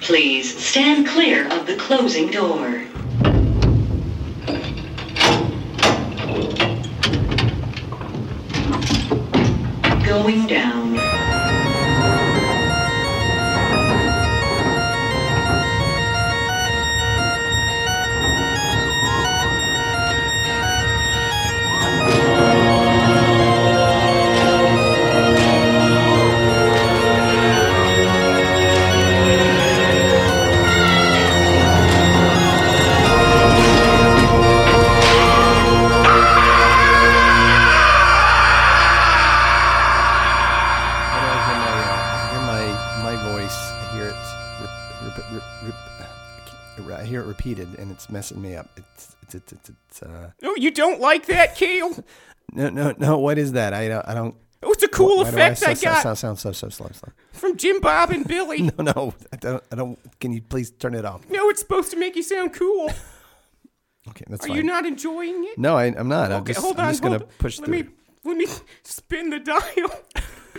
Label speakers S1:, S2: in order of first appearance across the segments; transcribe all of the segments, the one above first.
S1: Please stand clear of the closing door. Going down.
S2: I don't hear my, uh, hear my, my voice. I hear it. Rep, rep, rep, rep, I hear it repeated, and it's messing me up. It's it's it's it's. it's uh,
S3: Oh, you don't like that, Keel?
S2: no no no. What is that? I don't I don't.
S3: Oh, it's a cool
S2: why do
S3: effect
S2: I,
S3: I,
S2: so-
S3: got
S2: So, sound so so slow slow.
S3: from Jim Bob and Billy.
S2: No no. I don't I don't. Can you please turn it off?
S3: No, it's supposed to make you sound cool.
S2: Okay, that's
S3: Are
S2: fine.
S3: you not enjoying it?
S2: no, I, I'm not. I'm
S3: Okay,
S2: just
S3: hold on.
S2: I'm just gonna
S3: hold-
S2: push
S3: let
S2: through.
S3: Me, let me spin the dial.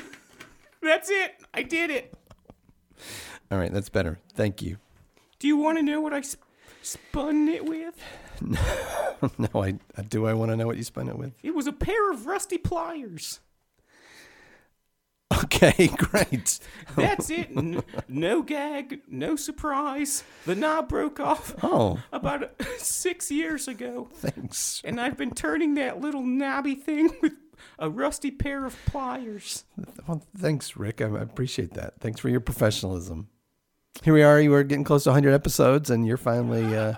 S3: That's it. I did it.
S2: All right, that's better. Thank you.
S3: Do you want to know what I sp- spun it with?
S2: no, I, I do. I want to know what you spun it with.
S3: It was a pair of rusty pliers.
S2: Okay, great.
S3: That's it. N- no gag, no surprise. The knob broke off
S2: Oh,
S3: about six years ago,
S2: thanks.
S3: and I've been turning that little knobby thing with a rusty pair of pliers.
S2: Well, thanks, Rick. I I appreciate that. Thanks for your professionalism. Here we are. You are getting close to 100 episodes, and you're finally, uh,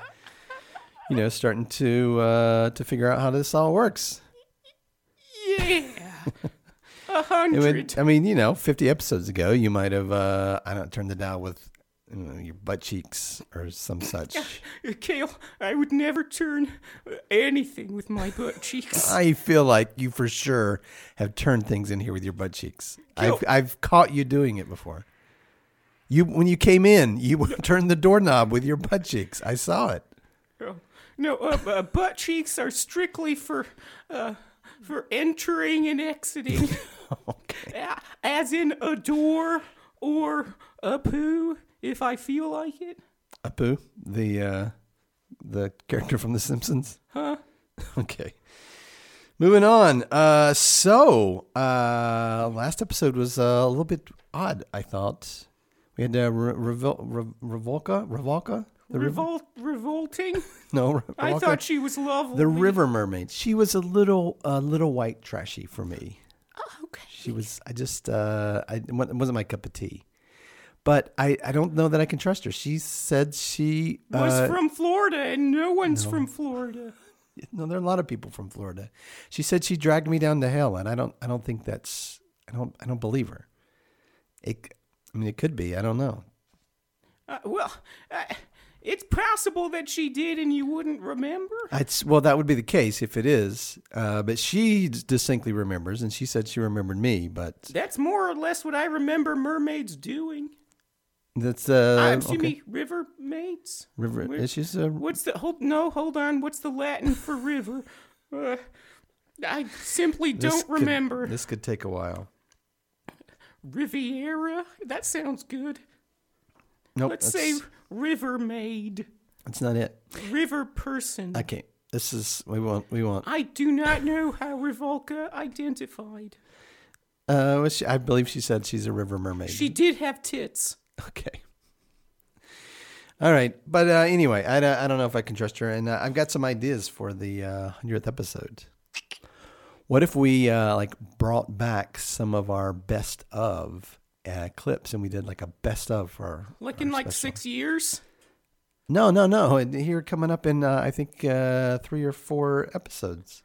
S2: you know, starting to uh, to figure out how this all works.
S3: Yeah. A
S2: It
S3: hundred.
S2: would, I mean, you know, 50 episodes ago, you might have, uh, I don't turned the dial with you know, your butt cheeks or some such.
S3: Kale, I would never turn anything with my butt cheeks.
S2: I feel like you for sure have turned things in here with your butt cheeks.
S3: Yo.
S2: I've I've caught you doing it before. You when you came in, you turned the doorknob with your butt cheeks. I saw it.
S3: Oh, No, uh, uh, butt cheeks are strictly for uh, for entering and exiting, A- as in a door or a poo, if I feel like it.
S2: Apu, the uh, the character from The Simpsons. Huh. Okay. Moving on. Uh, so uh, last episode was uh, a little bit odd. I thought we had uh, Re- Revol- Re- Revolka, Revolka, the river.
S3: Revolt, revolting.
S2: No, Revolka.
S3: I thought she was lovely.
S2: The River Mermaid. She was a little, a little white trashy for me.
S3: Oh, Okay.
S2: She was. I just. Uh, I it wasn't my cup of tea. But I, I don't know that I can trust her. She said she
S3: Was
S2: uh,
S3: from Florida, and no one's from Florida.
S2: No, there are a lot of people from Florida. She said she dragged me down to hell, and I don't. I don't think that's. I don't. I don't believe her. It. I mean, it could be. I don't know.
S3: Uh, well, uh, it's possible that she did, and you wouldn't remember.
S2: It's well, that would be the case if it is. Uh, but she distinctly remembers, and she said she remembered me. But
S3: That's more or less what I remember mermaids doing.
S2: that's uh,
S3: Uh, excuse
S2: okay.
S3: me, river maids.
S2: River.
S3: Where-
S2: She's a
S3: What's the hold? No, hold on. What's the Latin for river? Uh, I simply
S2: This
S3: don't
S2: could-
S3: remember.
S2: this could take a while.
S3: Riviera. That sounds good.
S2: Nope.
S3: Let's
S2: that's-
S3: say river maid,
S2: that's not it.
S3: river person. I,
S2: Okay. This is we want. We want.
S3: do not know how Revolca identified.
S2: Uh, was she, I believe she said she's a river mermaid.
S3: She did have tits.
S2: Okay. All right, but uh, anyway, I, don't- I don't know if I can trust her, and uh, I've got some ideas for the uh, hundredth episode. What if we uh, like brought back some of our best of uh, clips, and we did like a best of for our-
S3: Like
S2: our
S3: in like
S2: special?
S3: six years.
S2: No, no, no. and Here coming up in uh, I think uh, three or four episodes.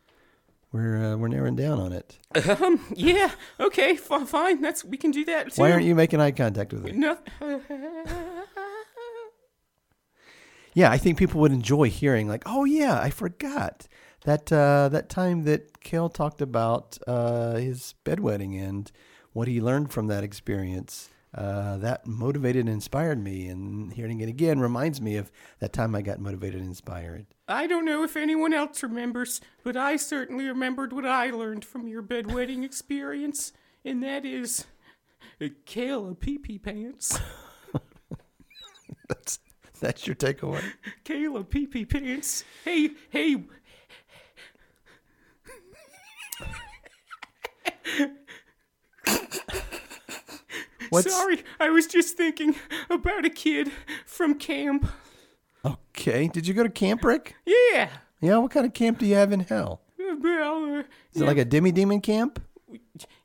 S2: We're uh, we're narrowing down on it.
S3: Um. Yeah. Okay. F- fine. That's we can do that too.
S2: Why aren't you making eye contact with me?
S3: No.
S2: Yeah, I think people would enjoy hearing like, "Oh yeah, I forgot that uh, that time that Kale talked about uh, his bedwetting and what he learned from that experience. Uh, that motivated and inspired me, and hearing it again reminds me of that time I got motivated and inspired."
S3: I don't know if anyone else remembers, but I certainly remembered what I learned from your bedwetting experience, and that is, uh, kill a pee pee pants.
S2: That's that's your takeaway.
S3: Caleb Pee Pee Pants. Hey, hey.
S2: What's
S3: Sorry, I was just thinking about a kid from camp.
S2: okay? Did you go to Camp Rick?
S3: Yeah.
S2: Yeah. What kind of camp do you have in hell?
S3: Well, uh,
S2: Is it like a demi demon camp?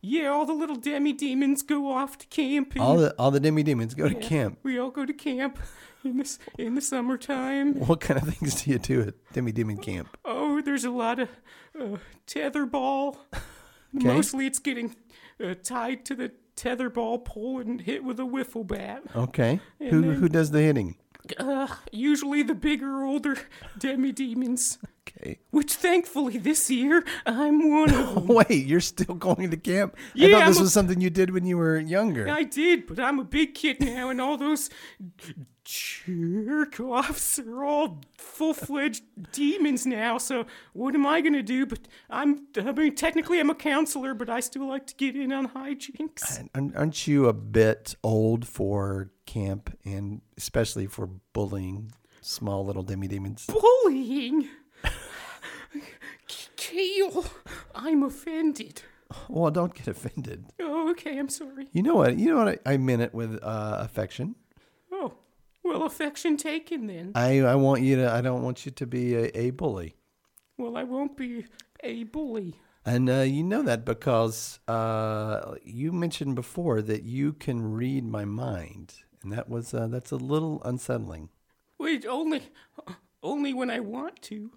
S3: yeah, all the little demi demons go off to camp. and
S2: All the all the demi demons go to camp.
S3: we all go to camp in this in the summertime.
S2: What kind of things do you do at demi demon camp?
S3: Oh, there's a lot of uh, tetherball. Mostly it's getting uh, tied to the tetherball pole and hit with a wiffle bat.
S2: Okay. Who who does the hitting?
S3: Uh, usually the bigger, older demi demons.
S2: Okay.
S3: Which thankfully this year I'm one of them.
S2: Wait, you're still going to camp? I
S3: Yeah,
S2: thought this
S3: I'm a-
S2: was something you did when you were younger.
S3: I did, but I'm a big kid now, and all those jerk offs are all full fledged demons now. So what am I gonna do? But I'm I mean technically I'm a counselor, but I still like to get in on hijinks.
S2: Aren't aren't you a bit old for camp and especially for bullying small little demi demons?
S3: Bullying. Kale, I'm offended.
S2: Well, don't get offended.
S3: Oh, okay, I'm sorry.
S2: You know what? You know what? I, I meant it with uh, affection.
S3: Oh, well, affection taken then.
S2: I, I want you to. I don't want you to be a, a bully,
S3: Well, I won't be a bully.
S2: and uh, you know that because uh, you mentioned before that you can read my mind, and that was uh, that's a little unsettling.
S3: Wait, only, only when I want to.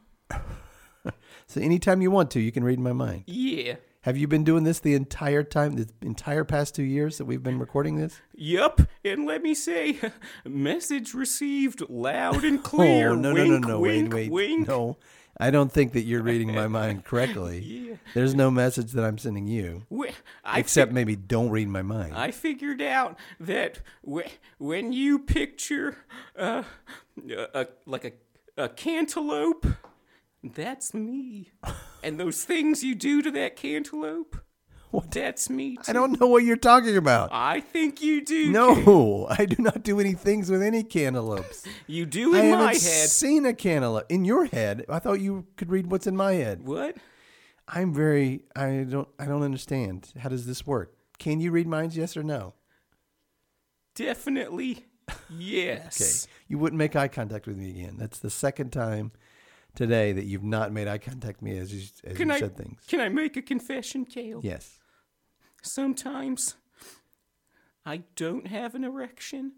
S2: So anytime you want to, you can read my mind.
S3: Yeah.
S2: Have you been doing this the entire time, the entire past two years that we've been recording this?
S3: Yup, and let me say, message received loud and clear.
S2: oh no
S3: wink,
S2: no no no
S3: wink,
S2: wait wait
S3: wink.
S2: no! I don't think that you're reading my mind correctly.
S3: Yeah.
S2: There's no message that I'm sending you.
S3: Wh- I
S2: Except maybe don't read my mind.
S3: I figured out that wh- when you picture uh, a, a, like a, a cantaloupe, that's me. And those things you do to that cantaloupe, that's me.
S2: I
S3: too.
S2: don't know what you're talking about.
S3: I think you do.
S2: No, I do not do any things with any cantaloupes.
S3: You do
S2: I
S3: in
S2: haven't
S3: my head.
S2: seen a cantaloupe in your head. I thought you could read what's in my head.
S3: What?
S2: I'm very. I don't. I don't understand. How does this work? Can you read minds? Yes or no?
S3: Definitely
S2: Okay.
S3: yes.
S2: You wouldn't make eye contact with me again. That's the second time today that you've not made eye contact with me as you, as
S3: Can
S2: you
S3: I
S2: said things.
S3: can I make a confession, Kale?
S2: Yes.
S3: Sometimes I don't have an erection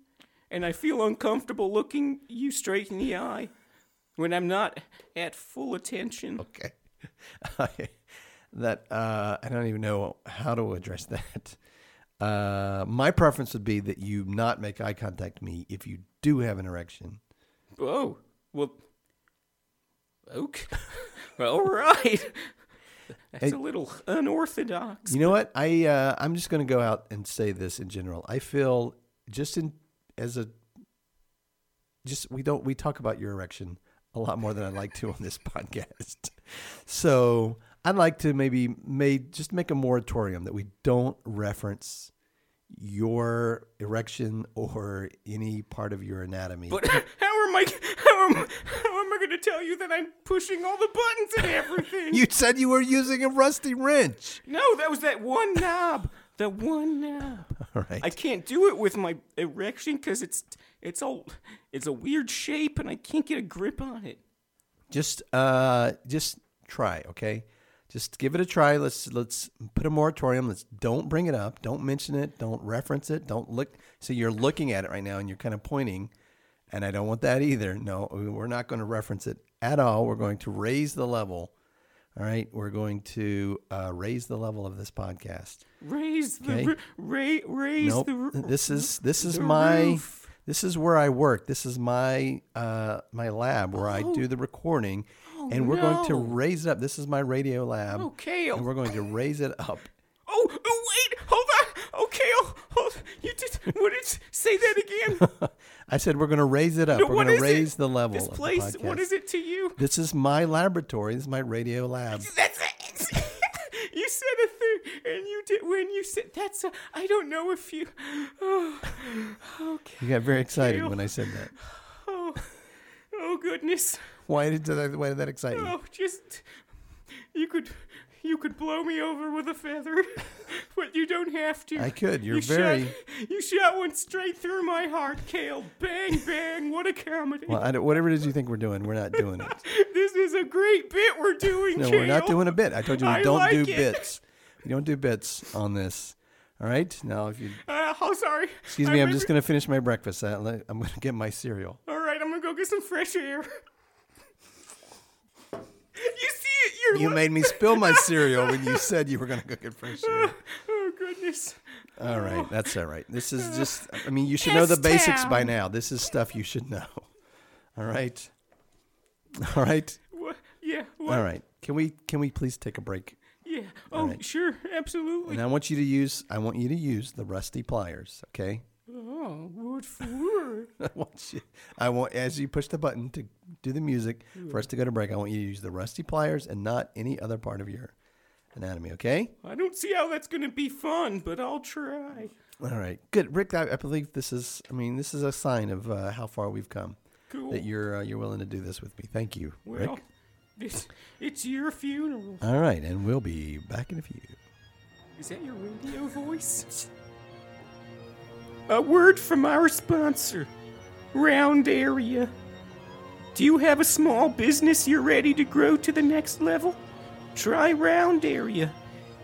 S3: and I feel uncomfortable looking you straight in the eye when I'm not at full attention.
S2: Okay. that uh, I don't even know how to address that. Uh, my preference would be that you not make eye contact with me if you do have an erection.
S3: Oh, well Okay. All right. That's a little unorthodox.
S2: You know what? I uh, I'm just going to go out and say this in general. I feel just in as a just we don't we talk about your erection a lot more than I'd like to on this podcast. So I'd like to maybe may just make a moratorium that we don't reference your erection or any part of your anatomy.
S3: But how am I how am, how am I going to tell you that I'm pushing all the buttons and everything?
S2: you said you were using a rusty wrench.
S3: no, that was that one knob. The one knob.
S2: All right.
S3: I can't do it with my erection because it's it's all it's a weird shape and I can't get a grip on it.
S2: just uh just try okay just give it a try let's let's put a moratorium let's don't bring it up don't mention it don't reference it don't look so you're looking at it right now and you're kind of pointing and i don't want that either no we're not going to reference it at all we're going to raise the level all right we're going to uh, raise the level of this podcast
S3: Raise the
S2: Okay.
S3: r- ra- raise
S2: nope
S3: the r-
S2: this is this is
S3: the
S2: my
S3: roof.
S2: this is where i work this is my uh my lab where i do the recording and we're going to
S3: Oh. no.
S2: raise it up this is my radio lab
S3: Oh, Kale.
S2: and we're going to raise it up
S3: Oh, oh wait, hold on. Okay, oh, hold. You just what did you- say that again?
S2: i said we're going to raise it up
S3: No,
S2: we're
S3: what
S2: going
S3: is
S2: to
S3: it?
S2: raise the level
S3: This
S2: of the
S3: place. What
S2: podcast.
S3: is it to you?
S2: this is my laboratory this is my radio lab
S3: That's it. you said a thing.
S4: and you did when you said that's. I I don't know if you. Oh, okay.
S2: You got very excited
S4: Ew.
S2: when I said that.
S4: Oh, oh goodness.
S2: Why did that? Why did that excite you?
S4: Oh, just you could you could blow me over with a feather, but you don't have to.
S2: I could. You're
S4: You
S2: very-
S4: Shot, you shot one straight through my heart, Kale. Bang bang! What a comedy!
S2: Well, I don't- whatever it is you think we're doing, we're not doing it.
S4: This is a great bit we're doing.
S2: No,
S4: Kale.
S2: we're not doing a bit. I told you we
S4: I
S2: don't
S4: like
S2: do
S4: it.
S2: bits. We don't do bits on this. All right. Now, if you
S4: Uh, oh, sorry.
S2: excuse me, I'm just going to finish my breakfast. I- I'm going to get my cereal.
S4: All right, I'm gonna go get some fresh air. you see it? You're
S2: You
S4: li-
S2: made me spill my cereal when you said you were going to go get fresh cereal.
S4: Oh goodness.
S2: All right, that's all right. This is just, I mean, you should know the basics by
S4: S-Town.
S2: now. This is stuff you should know. All right. All right.
S4: What? Yeah. What?
S2: All right. Can we can we please take a break?
S4: Yeah. Oh,
S2: right.
S4: sure. Absolutely.
S2: And I want you to use I want you to use the rusty pliers, okay?
S4: Oh, word for word.
S2: I want you I want as you push the button to do the music
S4: Hmm.
S2: for us to go to break, I want you to use the rusty pliers and not any other part of your anatomy, okay?
S4: I don't see how that's going to be fun, but I'll try.
S2: All right, good, Rick. I, I believe this is. I mean, this is a sign of uh, how far we've come.
S4: Cool.
S2: That you're uh, you're willing to do this with me. Thank you,
S4: Well,
S2: Rick.
S4: it's, it's your funeral.
S2: All right, and we'll be back in a few.
S4: Is that your radio voice? A word from our sponsor, Round Area. Do you have a small business you're ready to grow to the next level? Try Round Area.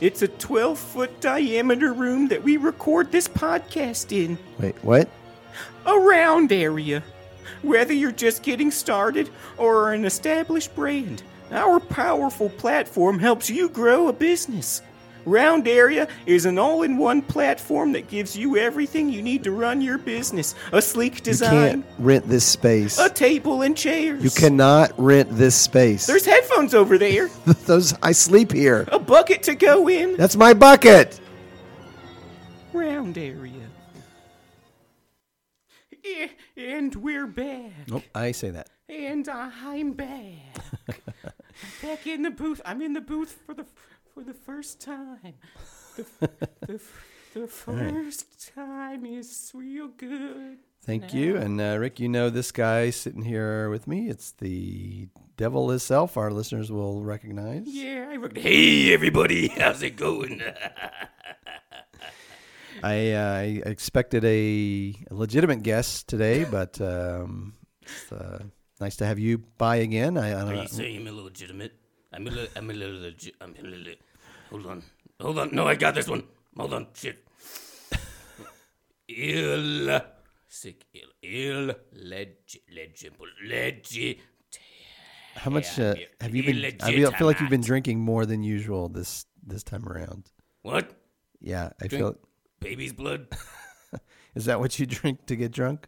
S4: It's a 12 foot diameter room that we record this podcast in.
S2: Wait, what?
S4: a round area. Whether you're just getting started or are an established brand, our powerful platform helps you grow a business. Round Area is an all in one platform that gives you everything you need to run your business a sleek design,
S2: rent this space.
S4: a table and chairs.
S2: cannot rent this space.
S4: There's headphones over there,
S2: those. I sleep here.
S4: a bucket to go in.
S2: That's my bucket.
S4: Round Area. Eh, And we're back.
S2: Nope, I say that.
S4: And I'm back. I'm back in the booth. I'm in the booth for the for the first time. The f- the, f- the first time is real good.
S2: Thank you, and uh, Rick. You know this guy sitting here with me. It's the devil himself. Our listeners will recognize.
S4: Yeah, I re- Hey everybody, how's it going?
S2: I, uh, I expected a legitimate guest today, but um, it's uh, nice to have you by again. I, I
S3: Are
S2: don't
S3: you saying I'm illegitimate? I'm illi- I'm illegit. I'm illi- Hold on. Hold on. No, I got this one. Hold on. Shit. Ill. Sick. Ill. Ill. Leg. Legible. Legi.
S2: how much uh,
S3: yeah,
S2: have you been? I feel, I feel like you've been drinking more than usual this this time around.
S3: What?
S2: Yeah, I feel.
S3: Baby's blood?
S2: Is that what you drink to get drunk?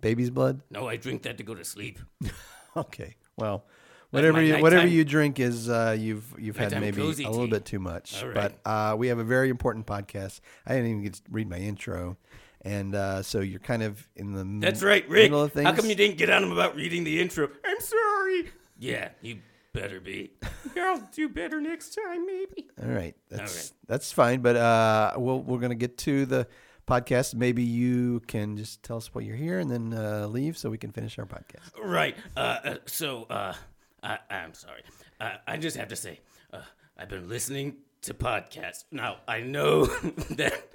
S2: Baby's blood.
S3: No, I drink that to go to sleep.
S2: Okay. Well, whatever
S3: my
S2: you whatever
S3: nighttime-
S2: you drink is uh, you've you've had
S3: nighttime
S2: maybe a
S3: cozy
S2: little
S3: tea.
S2: bit too much.
S3: All
S2: But uh, we have a very important podcast. I didn't even get to read my intro, and uh, so you're kind of in the m-
S3: That's right, Rick.
S2: middle of things.
S3: How come you didn't get on him about reading the intro?
S4: I'm sorry.
S3: Yeah, you better be.
S4: I'll do better next time, maybe.
S2: All right, that's that's fine. But uh, we'll, we're going to get to the podcast. Maybe you can just tell us what you're here and then uh, leave so we can finish our podcast.
S3: Right. Uh, uh, so uh, I, I'm sorry. I, I just have to say, uh, I've been listening to podcasts. Now I know that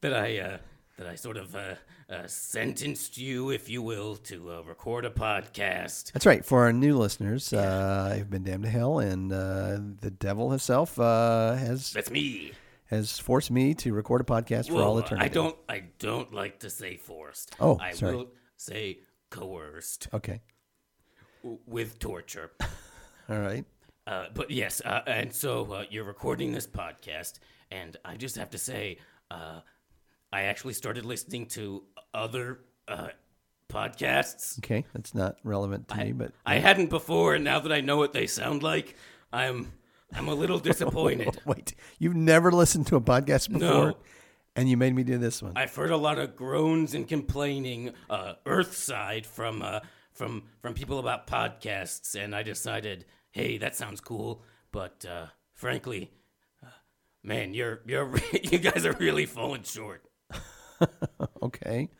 S3: that I uh, that I sort of uh, uh, sentenced you, if you will, to uh, record a podcast.
S2: That's right. For our new listeners, uh, I've been damned to hell, and uh, the devil himself uh, has
S3: That's me.
S2: has forced me to record a podcast for all
S3: Whoa,
S2: eternity.
S3: I don't. I don't like to say forced.
S2: Oh,
S3: I
S2: sorry.
S3: will say coerced
S2: Okay.
S3: w- with torture.
S2: All right.
S3: Uh, but yes, uh, and so uh, you're recording this podcast, and I just have to say, uh, I actually started listening to other uh, podcasts.
S2: Okay. That's not relevant to me, but
S3: I hadn't before, and now that I know what they sound like, I'm I'm a little disappointed.
S2: wait, you've never listened to a podcast before,
S3: No.
S2: and you made me do this one.
S3: I've heard a lot of groans and complaining, uh, Earthside from uh, from from people about podcasts, and I decided, hey, that sounds cool, but uh, frankly, uh, man, you're you're re- you guys are really falling short.
S2: Okay.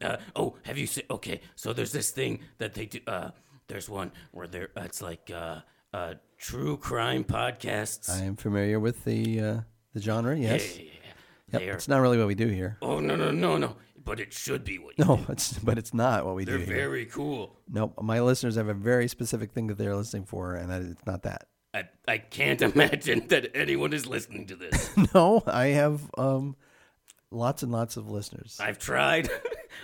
S3: Uh, oh, have you seen? Okay, so there's this thing that they do. Uh, there's one where they're uh, it's like uh, uh, true crime podcasts.
S2: I am familiar with the uh, the genre.
S3: Yeah,
S2: Uh, Yes.
S3: yeah, yeah, yeah.
S2: Yep,
S3: They are.
S2: It's not really what we do here.
S3: Oh no no no no! But it should be what you
S2: No, it's but it's not what we
S3: They're
S2: do here.
S3: very cool.
S2: Nope. My listeners have a very specific thing that they're listening for, and that, it's not that.
S3: I, I can't imagine that anyone is listening to this.
S2: No, I have um, lots and lots of listeners.
S3: I've tried.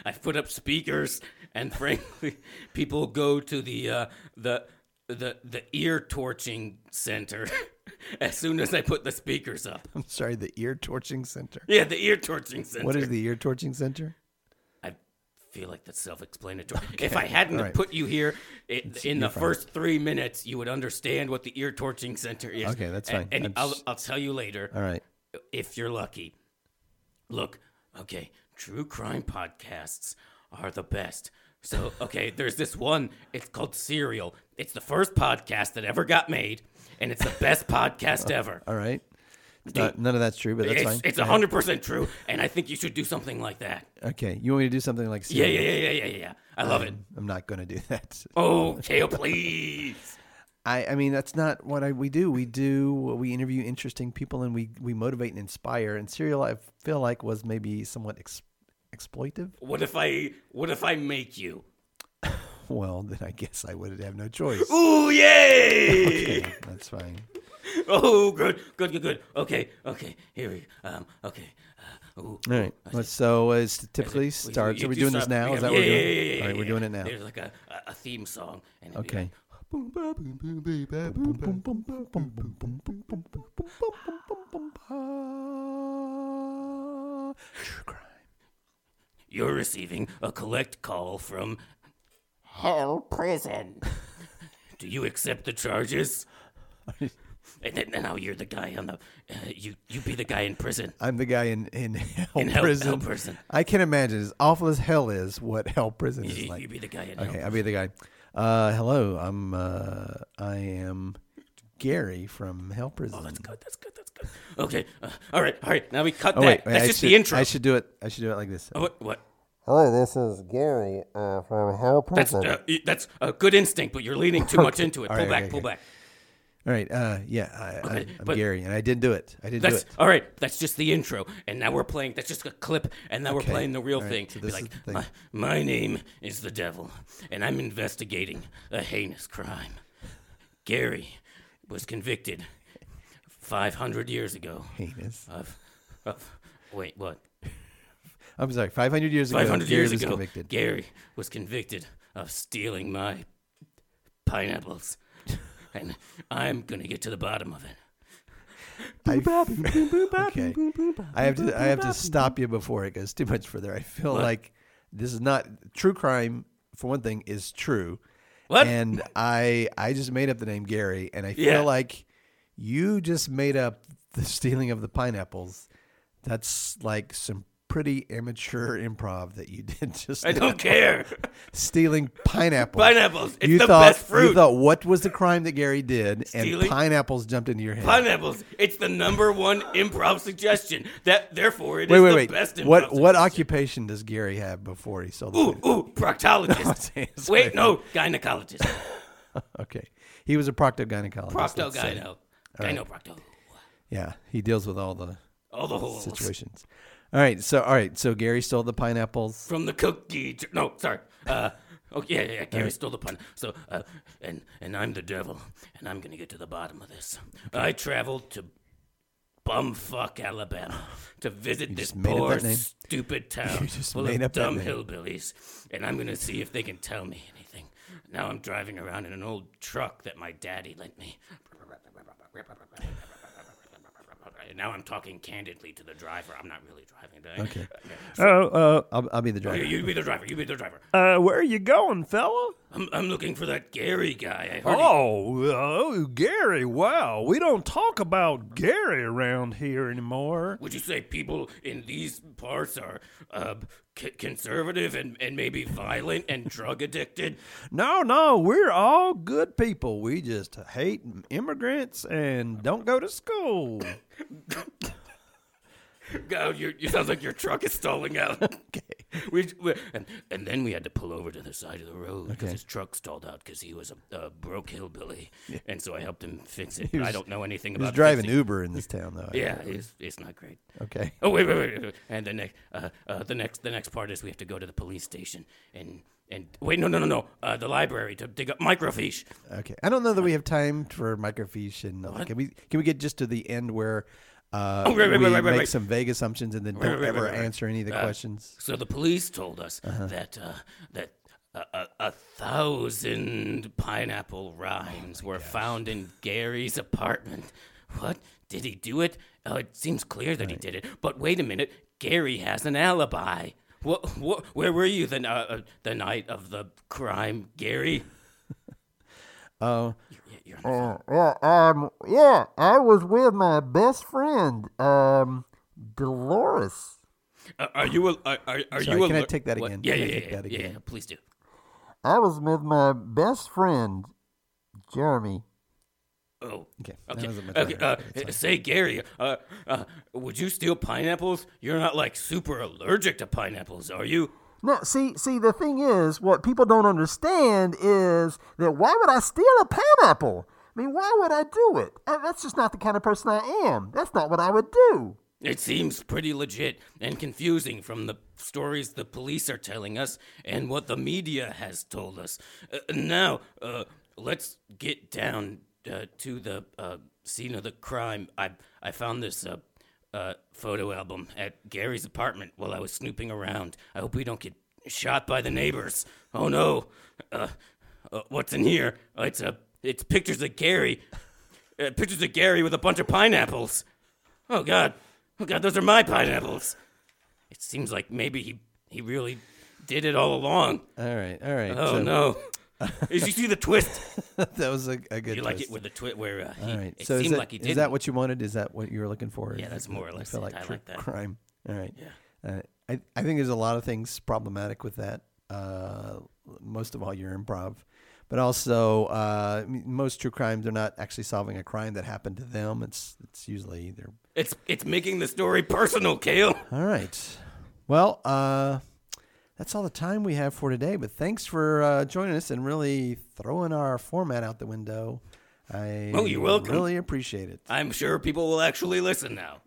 S3: I've put up speakers, and frankly, people go to the uh, the the the ear torching center as soon as I put the speakers up.
S2: I'm sorry, the ear torching center.
S3: Yeah, the ear torching center.
S2: What is the ear torching center?
S3: I feel like that's self-explanatory. if I hadn't have
S2: right.
S3: put you here it, in the
S2: you're fine.
S3: first three minutes, you would understand what the ear torching center is.
S2: Okay, that's
S3: And-
S2: fine.
S3: And,
S2: I'm
S3: I'll
S2: s-
S3: I'll tell you later.
S2: All right.
S3: if you're lucky. Look, okay, true crime podcasts are the best. So, okay, there's this one, it's called Serial. It's the first podcast that ever got made, and it's the best podcast ever.
S2: All right. It's not- none of that's true, but Uh, that's
S3: It's,
S2: fine.
S3: it's
S2: Go ahead.
S3: 100% true, and I think you should do something like that.
S2: Okay. You want me to do something like
S3: Yeah,
S2: serial?
S3: yeah, yeah, yeah, yeah, yeah, yeah. I love it.
S2: I'm not going to do that.
S3: Oh, Kale, please.
S2: I, I mean, that's not what I, we do. We do, we interview interesting people and we, we motivate and inspire. And Serial, I feel like, was maybe somewhat ex, exploitive.
S3: What if I, what if I make you?
S2: Well, then I guess I would have no choice.
S3: Ooh, yay!
S2: Okay, that's fine.
S3: Oh, good, good, good, good. Okay, okay. Here we Um, okay. Uh, ooh.
S2: All right. Let's- So uh, it's typically
S3: We-
S2: starts.
S3: you
S2: Are we
S3: do
S2: doing this
S3: start-
S2: now?
S3: we
S2: Is that
S3: have-
S2: what we're
S3: yeah,
S2: doing?
S3: yeah, yeah, yeah,
S2: All right, we're
S3: yeah.
S2: doing it now.
S3: There's like a, a- a theme song. And it'd be
S2: Okay.
S3: like,
S2: True crime.
S3: You're receiving a collect call from
S5: Hell prison.
S3: Do you accept the charges? and then now you're the guy on the uh, you you be the guy in prison.
S2: I'm the guy in in hell,
S3: In hell-
S2: prison.
S3: hell prison.
S2: I can imagine as awful as hell is what hell prison is
S3: You, you
S2: like.
S3: be the guy in
S2: Okay,
S3: hell.
S2: I'll be the guy. Uh, hello, I'm uh, I am Gary from Hell Prison.
S3: Oh, That's good. That's good. That's good. Okay. Uh, all right. All right. Now we cut
S2: Oh
S3: that.
S2: wait, wait,
S3: that's
S2: I
S3: just
S2: should,
S3: the intro.
S2: I should do it. I should do it like this.
S3: Uh, what? What?
S5: Hi, this is Gary uh, from Hell
S3: That's
S5: Prison.
S3: uh, y- that's a good instinct, but you're leaning too much into it. Pull
S2: right,
S3: back.
S2: okay,
S3: pull
S2: okay.
S3: back.
S2: All right. Uh, yeah, I, I, I'm
S3: but-
S2: Gary, and I did do it. I did do
S3: That's
S2: it.
S3: all right. That's just the intro, and now we're playing. That's just a clip, and now we're
S2: Okay,
S3: playing the real
S2: all right,
S3: thing.
S2: so
S3: Be
S2: this
S3: like,
S2: is the thing.
S3: My, my name is the devil, and I'm investigating a heinous crime. Gary was convicted 500 years ago
S2: Heinous.
S3: of, of wait, what?
S2: I'm sorry. 500 years ago,
S3: 500
S2: Gary
S3: years
S2: was
S3: ago,
S2: convicted.
S3: Gary was convicted of stealing my pineapples, and I'm gonna get to the bottom of it.
S2: I, okay. I have to. I have to stop you before it goes too much further. I feel like this is not true crime. For one thing, is true.
S3: What?
S2: And I I just made up the name Gary, and I feel
S3: Yeah.
S2: like you just made up the stealing of the pineapples. That's like some pretty immature improv that you did just
S3: I don't care.
S2: stealing pineapples.
S3: Pineapples, it's the
S2: thought,
S3: best
S2: You
S3: fruit.
S2: thought what was the crime that Gary did, and
S3: Stealing-
S2: pineapples jumped into your head.
S3: Pineapples. It's the number one improv suggestion. That therefore it is
S2: wait, wait,
S3: the
S2: wait.
S3: best improv.
S2: what what
S3: suggestion.
S2: occupation does Gary have before he sold? the pineapple?
S3: Ooh, ooh, proctologist.
S2: saying it's
S3: wait,
S2: weird.
S3: no, gynecologist.
S2: Okay, he was a proctogynecologist.
S3: Procto
S2: let's say.
S3: gyno. Gyno procto.
S2: Yeah, he deals with all the
S3: All the holes
S2: situations. All right, so all right, so Gary stole the pineapples.
S3: from the cookie. jar- No, sorry. Uh, oh yeah, yeah. yeah, Gary stole the pun. So, uh, and and I'm the devil, and I'm gonna get to the bottom of this. I traveled to bumfuck Alabama to visit this
S2: just made up
S3: poor
S2: that name.
S3: stupid town
S2: You just
S3: full
S2: made
S3: of
S2: up that
S3: dumb
S2: name.
S3: hillbillies, and I'm gonna see if they can tell me anything. Now I'm driving around in an old truck that my daddy lent me. And now I'm talking candidly to the driver. I'm not really driving. but I-
S2: Okay.
S3: Yeah.
S2: Oh, uh, I'll, I'll be the
S3: You,
S2: driver.
S3: you be the driver. You be the driver.
S6: Uh, where are you going, fella?
S3: I'm, I'm looking for that Gary guy. I heard he-
S6: Oh, oh, Gary! Wow, we don't talk about Gary around here anymore.
S3: Would you say people in these parts are uh, c- conservative and, and maybe violent and drug addicted?
S6: No, no, we're all good people. We just hate immigrants and don't go to school.
S3: God, Oh, you you sounds like your truck is stalling out. okay. We, we- and, and then we had to pull over to the side of the road because his truck stalled out because he was a, a broke hillbilly. And so I helped him fix it. but I
S2: was-
S3: don't know anything
S2: He was
S3: about
S2: driving
S3: fixing-
S2: Uber in this town, though. I
S3: Yeah,
S2: remember.
S3: it's, it's not great.
S2: Okay.
S3: Oh wait, wait, wait, wait. And the next, uh, uh, the next, the next part is we have to go to the police station and and wait, no, no, no, no, uh, the library to dig up microfiche.
S2: Okay. I don't know that we have time for microfiche and all that. can we can we get just to the end where uh,
S3: Oh, right, right,
S2: we
S3: right, right,
S2: make
S3: right.
S2: some vague assumptions and then
S3: Right,
S2: don't
S3: right,
S2: ever
S3: right, right.
S2: answer any of the
S3: Uh,
S2: questions?
S3: So the police told us
S2: Uh-huh.
S3: that uh, that a, a, a thousand pineapple rinds
S2: Oh
S3: were found in Gary's apartment. What did he do it? Oh, it seems clear that he did it. But wait a minute, Gary has an alibi. What, what, where were you the, n- uh, uh, the night of the crime, Gary?
S2: Oh,
S3: Yeah, you're on the phone.
S5: Uh, yeah, um, yeah, I was with my best friend, um, Dolores.
S3: Are, uh, are you a, are, are, are
S2: Sorry,
S3: you
S2: can I
S3: alert-
S2: take that
S3: what-
S2: again?
S3: Yeah,
S2: Can I
S3: yeah, yeah,
S2: take
S3: yeah,
S2: that
S3: yeah,
S2: again?
S3: yeah, Please do.
S5: I was with my best friend, Jeremy.
S3: Oh,
S2: okay. That
S3: Okay.
S2: wasn't much
S3: okay
S2: better.
S3: uh,
S2: Okay, it's fine.
S3: say, Gary, uh, uh, would you steal pineapples? You're not like super allergic to pineapples, are you?
S5: Now, see, see, the thing is, what people don't understand is that why would I steal a pineapple? I mean, why would I do it? Uh, That's just not the kind of person I am. That's not what I would do.
S3: It seems pretty legit and confusing from the stories the police are telling us and what the media has told us. Uh, now, uh, let's get down uh, to the uh, scene of the crime. I I found this uh, uh, photo album at Gary's apartment while I was snooping around. I hope we don't get shot by the neighbors. Oh no! Uh, uh, what's in here? Uh, it's a it's pictures of Gary, uh, pictures of Gary with a bunch of pineapples. Oh God! Oh God! Those are my pineapples. It seems like maybe he he really did it all along.
S2: all right. All right.
S3: Oh
S2: so
S3: no! Did you see the twist?
S2: that was a, a good
S3: You like it
S2: twist.
S3: with the twist where uh, he,
S2: All right.
S3: it
S2: so is
S3: seemed
S2: that,
S3: like he
S2: is
S3: did.
S2: that what you wanted? Is that what you were looking for?
S3: Yeah,
S2: Is
S3: that's
S2: that-
S3: more or
S2: you
S3: less
S2: feel
S3: it.
S2: like
S3: I
S2: true
S3: like that.
S2: crime. All right. Yeah. Uh, I I think there's a lot of things problematic with that. Uh, most of all, your improv, but also uh, m- most true crimes are not actually solving a crime that happened to them. It's it's usually they're
S3: It's it's making the story personal, Kale.
S2: all right. Well, uh, that's all the time we have for today. But thanks for uh, joining us and really throwing our format out the window. I
S3: Oh, you're welcome.
S2: Really appreciate it.
S3: I'm sure people will actually listen now.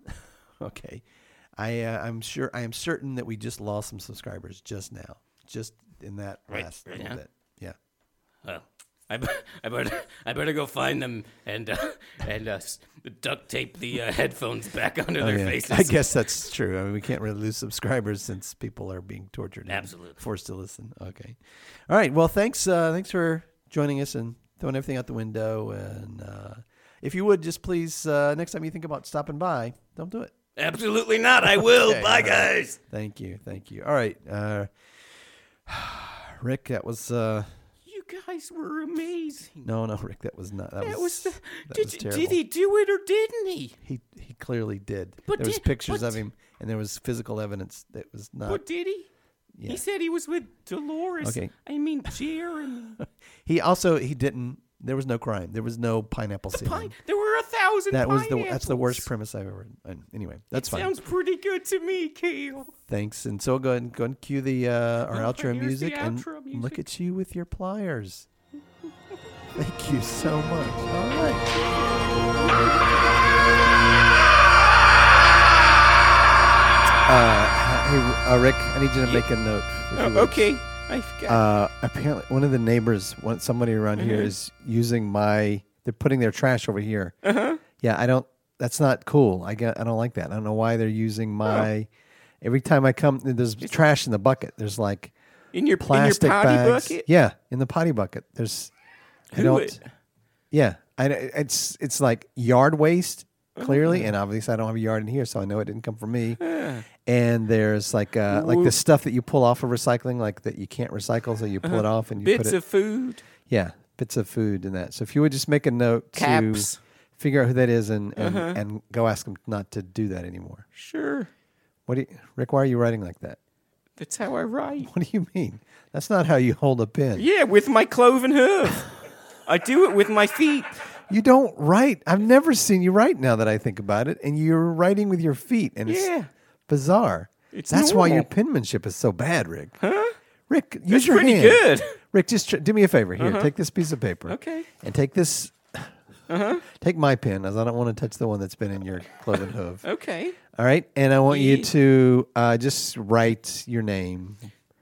S2: Okay, I uh, I'm sure I am certain that we just lost some subscribers just now, just in that
S3: Right-
S2: last
S3: right
S2: little
S3: now?
S2: bit. Yeah.
S3: Oh, I, be- I better I better go find them and uh, and uh, s- duct tape the uh, headphones back onto their
S2: Oh, Yeah,
S3: faces.
S2: I guess that's true. I mean, we can't really lose subscribers since people are being tortured. and
S3: Absolutely.
S2: Forced to listen. Okay. All right. Well, thanks. Uh, thanks for joining us and throwing everything out the window. And uh, if you would, just please, uh, next time you think about stopping by, don't do it.
S3: Absolutely not. I will.
S2: Okay,
S3: Bye,
S2: all right.
S3: guys.
S2: Thank you. Thank you. All right. Uh, Rick, that was uh,
S4: You guys were amazing.
S2: no, no, Rick, that was not. That,
S4: That was
S2: was,
S4: the.
S2: that
S4: Did,
S2: was terrible.
S4: did he do it or didn't he?
S2: He he clearly did.
S4: But
S2: there was
S4: did-
S2: pictures
S4: but-
S2: of him, and there was physical evidence that was not.
S4: What did he?
S2: Uh, yeah.
S4: He said he was with Dolores.
S2: Okay.
S4: I mean Jeremy.
S2: He also he didn't. There was no crime. There was no pineapple the
S4: Pine, there were a thousand.
S2: That was the that's the worst
S4: pineapples.
S2: premise I've ever. uh, Anyway, that's fine.
S4: Sounds pretty good to me, Kale.
S2: Thanks, and so go ahead and go ahead and cue the uh, our
S4: Oh,
S2: outro
S4: here's the
S2: music and
S4: outro music.
S2: look at you with your pliers. Thank you so much. All right. Uh, hey, uh, Rick, I need you to make a note. if you would.
S4: Oh, okay, I forgot.
S2: Uh, apparently, one of the neighbors, one, somebody around here, is using my. They're putting their trash over here. Uh-huh. Yeah, I don't. That's not cool. I get. I don't like that. I don't know why they're using my. Every time I come, there's trash in the bucket. There's like
S4: in your
S2: plastic
S4: in your potty
S2: bags.
S4: bucket.
S2: Yeah, in the potty bucket. There's. I
S4: Who
S2: don't.
S4: would-
S2: Yeah, I. It's it's like yard waste. clearly,
S4: Oh.
S2: and obviously I don't have a yard in here, so I know it didn't come from me. And there's like uh, like the stuff that you pull off of recycling, like that you can't recycle, so you pull
S4: Uh-huh.
S2: it off and you
S3: Bits
S2: put it,
S3: of food.
S2: yeah, bits of food and that. So if you would just make a note
S3: Caps.
S2: to figure out who that is and and,
S4: Uh-huh.
S2: and go ask them not to do that anymore.
S3: Sure.
S2: What do you, Rick? Why are you writing like that?
S3: That's how I write.
S2: What do you mean? That's not how you hold a pen.
S3: Yeah, with my cloven hoof. I do it with my feet.
S2: You don't write. I've never seen you write now that I think about it. And you're writing with your feet, and
S3: Yeah.
S2: it's bizarre.
S3: It's
S2: That's why your
S3: normal.
S2: penmanship is so bad, Rick. Huh? Rick, use
S3: That's
S2: your
S3: pretty
S2: hand.
S3: good. Uh-huh.
S2: Rick, just tr- do me a favor here. Take this piece of paper.
S3: Okay. Uh-huh.
S2: And take this. Take my pen, as I don't want to touch the one that's been in your cloven hoof.
S3: Okay.
S2: All right, and I want you
S3: Yeah.
S2: to uh, just write your name.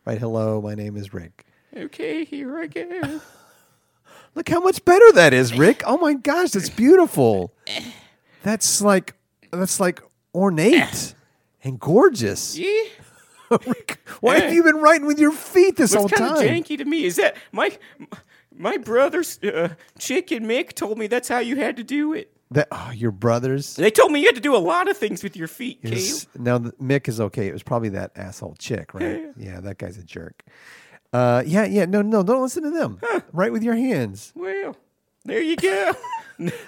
S2: Write, hello, my name is Rick.
S3: Okay, here I go.
S2: Look how much better that is, Rick. Oh my gosh, that's beautiful. That's like that's like ornate and gorgeous.
S3: Yeah.
S2: Rick, why have you been writing with your feet this whole
S3: It's kind of
S2: time?
S3: janky to me. Is that my my brother's uh, chicken Mick told me that's how you had to do it.
S2: That oh, your brothers.
S3: They told me you had to do a lot of things with your feet, Kale.
S2: Is, now th- Mick is okay. It was probably that asshole chick, right? yeah, that guy's a jerk. Uh, yeah, yeah. No, no, don't listen to them. Write with your hands.
S3: Well, there you go.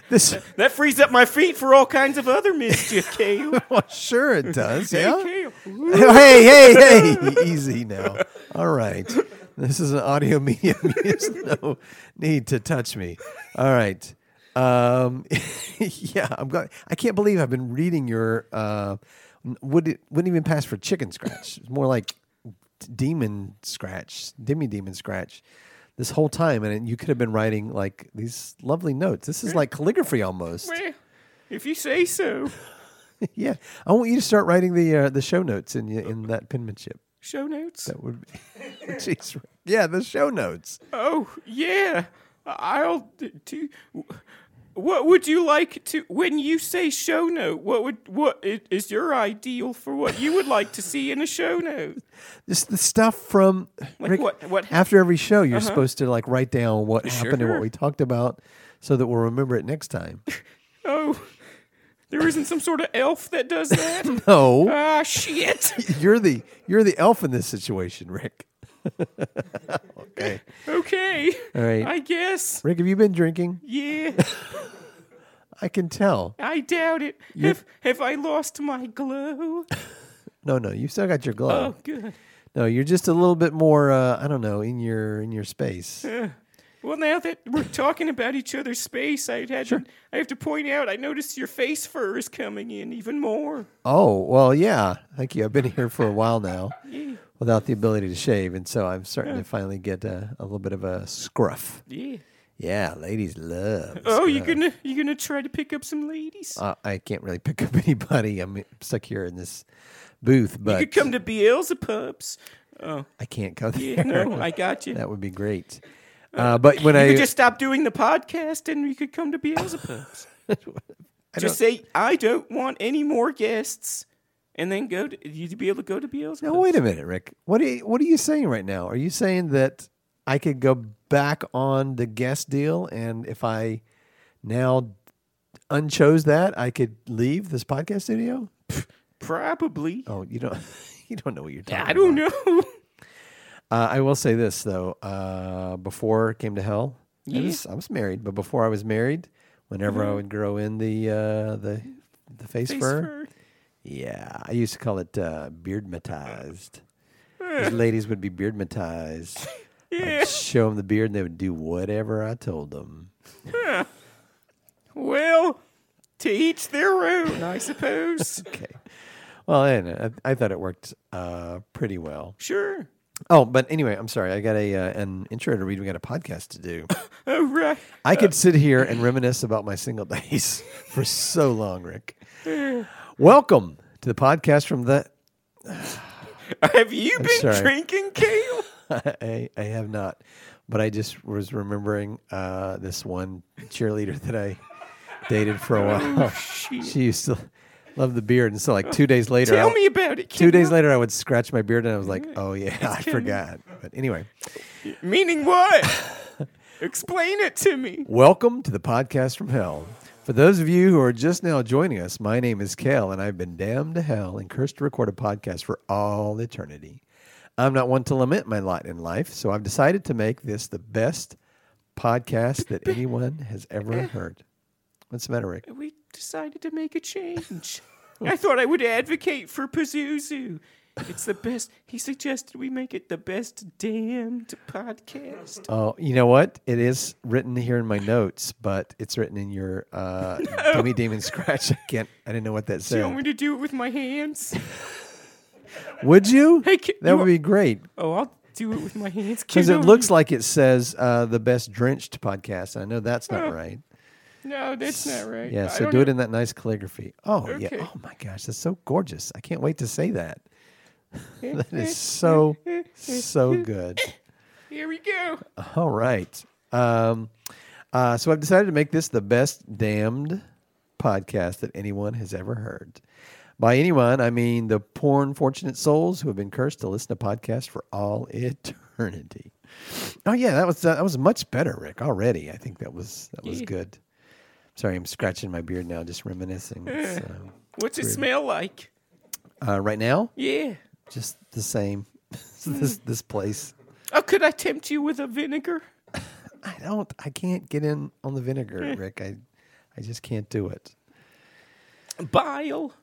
S2: This,
S3: that frees up my feet for all kinds of other mischief, Kale.
S2: well, sure it does. Yeah.
S3: Hey, Kale.
S2: hey, hey, hey, easy now. All right. This is an audio medium. There's no need to touch me. All right. Um, yeah, I'm glad. I can't believe I've been reading your. Uh, would it wouldn't even pass for chicken scratch. It's more like demon scratch, demi demon scratch. This whole time, and you could have been writing like these lovely notes. This is like calligraphy almost.
S3: Well, if you say so.
S2: Yeah, I want you to start writing the uh, the show notes in y- in that penmanship.
S3: Show notes.
S2: That would be. Jeez. Yeah, the show notes.
S3: Oh yeah, I'll d- do. What would you like to? When you say show note, what would what i- is your ideal for what you would like to see in a show note?
S2: Just the stuff from
S3: Like
S2: Rick,
S3: what- what- Uh-huh.
S2: after every show, you're supposed to like write down what happened and
S3: Sure.
S2: what we talked about, so that we'll remember it next time.
S3: Oh, there isn't some sort of elf that does that.
S2: No,
S3: Ah shit.
S2: you're the you're the elf in this situation, Rick. okay,
S3: Okay.
S2: all right,
S3: I guess.
S2: Rick. Have you been drinking?
S3: Yeah.
S2: I can tell.
S3: I doubt it. Have Have I lost my glow?
S2: No, no, you still got your glove.
S3: Oh, good.
S2: No, you're just a little bit more. Uh, I don't know in your in your space.
S3: Well, now that we're talking about each other's space, I had I have to point out I noticed your face fur is coming in even more.
S2: Oh, well, yeah. Thank you. I've been here for a while now without the ability to shave. And so I'm starting to finally get a, a little bit of a scruff.
S3: Yeah.
S2: Yeah, Uh, ladies love. a
S3: Oh, you
S2: scruff.
S3: gonna you gonna try to pick up some ladies?
S2: Uh, I can't really pick up anybody. I'm stuck here in this booth, but
S3: you could come to Beelzebub's. Oh,
S2: I can't go there.
S3: yeah, no, I got you.
S2: That would be great. Uh, but when
S3: You
S2: I
S3: could just stop doing the podcast and you could come to Beelzebub's. just say I don't want any more guests, and then go. To, you'd be able to go to Beelzebub's.
S2: now wait a minute, Rick. What are you, what are you saying right now? Are you saying that I could go back on the guest deal, and if I now unchose that, I could leave this podcast studio?
S3: Probably.
S2: Oh, you don't you don't know what you're talking.
S3: I don't know.
S2: Uh, I will say this though. Uh, before Came to Hell, I, was, I was married, but before I was married, whenever I would grow in the uh, the the face,
S3: Face
S2: fur,
S3: fur.
S2: yeah, I used to call it uh, beardmatized. These ladies would be beardmatized. I'd show them the beard, and they would do whatever I told them.
S3: Well, to each their own, I suppose.
S2: Okay. Well, and I, I thought it worked uh, pretty well.
S3: sure.
S2: Oh, but anyway, I'm sorry. I got a uh, an intro to read. We got a podcast to do.
S3: Oh, right.
S2: I could sit here and reminisce about my single days for so long, Rick. Welcome to the podcast from the.
S3: Have you been
S2: sorry.
S3: drinking, Kale?
S2: I, I have not, but I just was remembering uh, this one cheerleader that I dated for a
S3: Oh,
S2: while. She used to love the beard, and so like two days later,
S3: Tell
S2: I-
S3: me about it.
S2: two
S3: Kale.
S2: days later, I would scratch my beard, and I was like, "Oh yeah, I forgot." But anyway,
S3: Meaning what? Explain it to me.
S2: welcome to the podcast from hell. For those of you who are just now joining us, my name is Kel, and I've been damned to hell and cursed to record a podcast for all eternity. I'm not one to lament my lot in life, so I've decided to make this the best podcast that anyone has ever heard. What's the matter, Rick?
S4: We decided to make a change. I thought I would advocate for Pazuzu. It's the best. He suggested we make it the best damned podcast.
S2: Oh, you know what? It is written here in my notes, but it's written in your uh, Dummy Demon Scratch. I can't. I didn't know what that
S4: Do you want me
S2: said.
S4: to do it with my hands?
S2: Would you?
S4: Hey, ki-
S2: that
S4: you-
S2: would be great.
S4: Oh, I'll do it with my hands.
S2: Because
S4: Can
S2: it
S4: I-
S2: looks like it says uh, the best drenched podcast. and I know that's not right.
S4: No, that's not right.
S2: Yeah,
S4: I
S2: so
S4: don't
S2: do it
S4: know.
S2: in that nice calligraphy. Oh, yeah.
S4: Okay.
S2: Oh, my gosh. That's so gorgeous. I can't wait to say that.
S4: Eh,
S2: that is so, so good.
S4: Here we go.
S2: All right. Um, uh, so I've decided to make this the best damned podcast that anyone has ever heard. By anyone, I mean the poor, unfortunate souls who have been cursed to listen to podcasts for all eternity. Oh yeah, that was that was much better, Rick. Already, I think that was that was good. Sorry, I'm scratching my beard now, just reminiscing. It's, um,
S4: What's it smell like?
S2: uh, right now,
S4: Yeah.
S2: just the same. this this place.
S4: Oh, could I tempt you with a vinegar?
S2: I don't. I can't get in on the vinegar,
S4: Hmm.
S2: Rick. I, I just can't do it.
S4: Bile?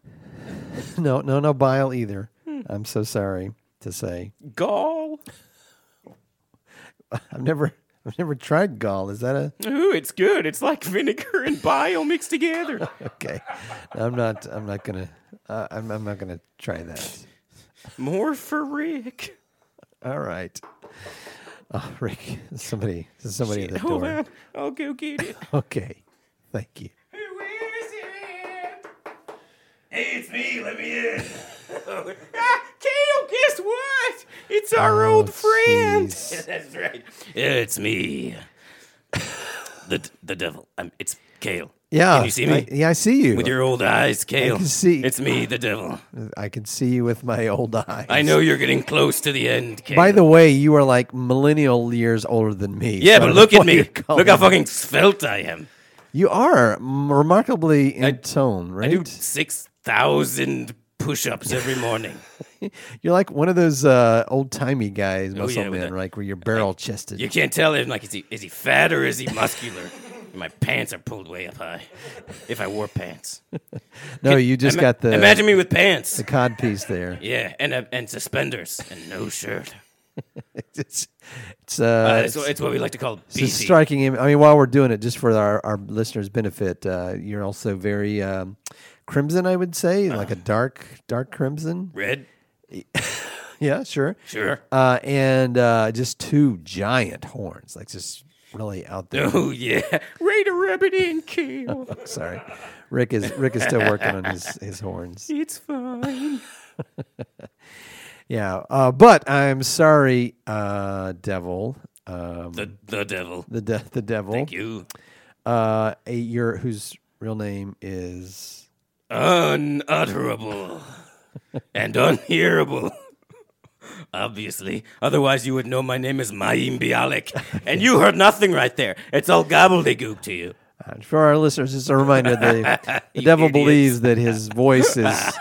S2: No, no, no bile either.
S4: Hmm.
S2: I'm so sorry to say.
S4: Gall?
S2: I've never, I've never tried gall. Is that a
S4: Ooh, it's good. It's like vinegar and bile mixed together.
S2: okay? I'm not. I'm not gonna. Uh, I'm, I'm not gonna try that.
S4: More for Rick.
S2: All right. Oh, Rick, somebody, somebody at the
S4: Hold
S2: door.
S4: on. I'll go get it.
S2: Oh, Okay, thank you.
S4: Who is it?
S3: Hey, it's me. Let me in.
S4: Ah, Kale, guess what? It's our old friend.
S2: Oh, Jeez.
S3: Oh, That's right. It's me. the the devil. I'm, it's Kale.
S2: Yeah.
S3: Can you see me?
S2: I, yeah, I see you.
S3: With your old eyes, Kale.
S2: can see-
S3: It's me, the devil.
S2: I can see you with my old eyes.
S3: I know you're getting close to the end, Kale.
S2: By the way, you are like millennial years older than me. so
S3: yeah,
S2: I
S3: but
S2: don't
S3: look
S2: know
S3: at
S2: why
S3: me.
S2: you're calling
S3: Look how
S2: me-
S3: fucking svelte I am.
S2: You are m- remarkably in
S3: I-
S2: tone, right?
S3: I do six thousand push-ups every morning.
S2: You're like one of those uh, old timey guys, muscle
S3: Oh, yeah, with
S2: men,
S3: the-
S2: like where you're barrel chested.
S3: You can't tell him like is he is he fat or is he muscular. My pants are pulled way up high. If I wore pants,
S2: no, you just
S3: Ima-
S2: got the
S3: imagine me with pants.
S2: the cod piece there.
S3: Yeah, and uh, and suspenders and no shirt.
S2: it's it's, uh,
S3: Uh, it's,
S2: it's,
S3: what- it's what we like to call
S2: it's a
S3: BC.
S2: striking. Im- I mean, while we're doing it, just for our, our listeners' benefit, uh, you're also very um, crimson. I would say, like
S3: Uh-huh.
S2: a dark dark crimson.
S3: Red,
S2: Yeah, sure.
S3: sure.
S2: Uh, and uh, just two giant horns, like just really out there.
S3: Oh yeah,
S4: Ready to rub it in, Kale.
S2: Sorry, Rick is Rick is still working on his his horns.
S4: It's fine.
S2: Yeah, uh, but I'm sorry, uh, devil, um,
S3: the the devil.
S2: the de- the devil.
S3: Thank you.
S2: Uh, a, your whose real name is
S3: Unutterable and unhearable. Obviously, otherwise you would know my name is Maim Bialik, and you heard nothing right there. It's all gobbledygook to you.
S2: uh, for our listeners. Just a reminder: the, the devil
S3: idiots.
S2: believes that his voice is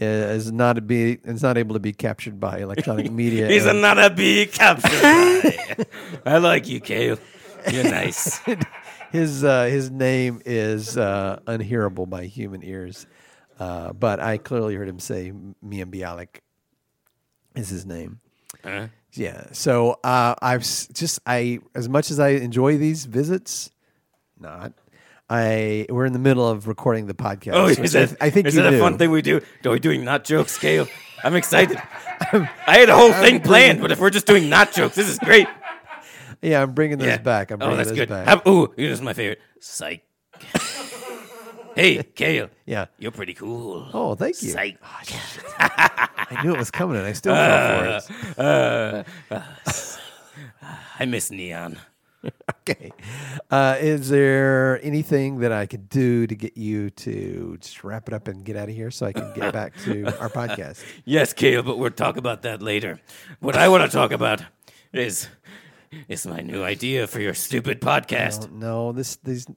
S2: is not to be is not able to be captured by electronic media.
S3: He's
S2: and
S3: another bee captured. by. I like you, Kale. You're nice.
S2: his uh, his name is uh, unhearable by human ears. Uh, but I clearly heard him say Mian Bialik is his name.
S3: Huh?
S2: Yeah. So uh, I've s- just I as much as I enjoy these visits, not I we're in the middle of recording the podcast.
S3: Oh,
S2: which
S3: is that?
S2: I, I think
S3: is
S2: you
S3: that a
S2: knew.
S3: fun thing we do? Are we doing not jokes, Kale? I'm excited. I had a whole thing planned, but if we're just doing not jokes, this is great.
S2: Yeah, I'm bringing those
S3: Yeah.
S2: back. I'm bringing
S3: oh, that's
S2: those
S3: good.
S2: back.
S3: How- ooh, you know, this is my favorite. Psych. hey, Kale.
S2: Yeah.
S3: You're pretty cool.
S2: oh, thank you.
S3: Psych.
S2: I knew it was coming, and I still fell
S3: Uh,
S2: for it.
S3: I miss Neon.
S2: Okay. Uh, is there anything that I could do to get you to just wrap it up and get out of here so I can get back to our podcast?
S3: Yes, Kale, but we'll talk about that later. What I want to talk about is is my new idea for your stupid podcast.
S2: No, Oh, this these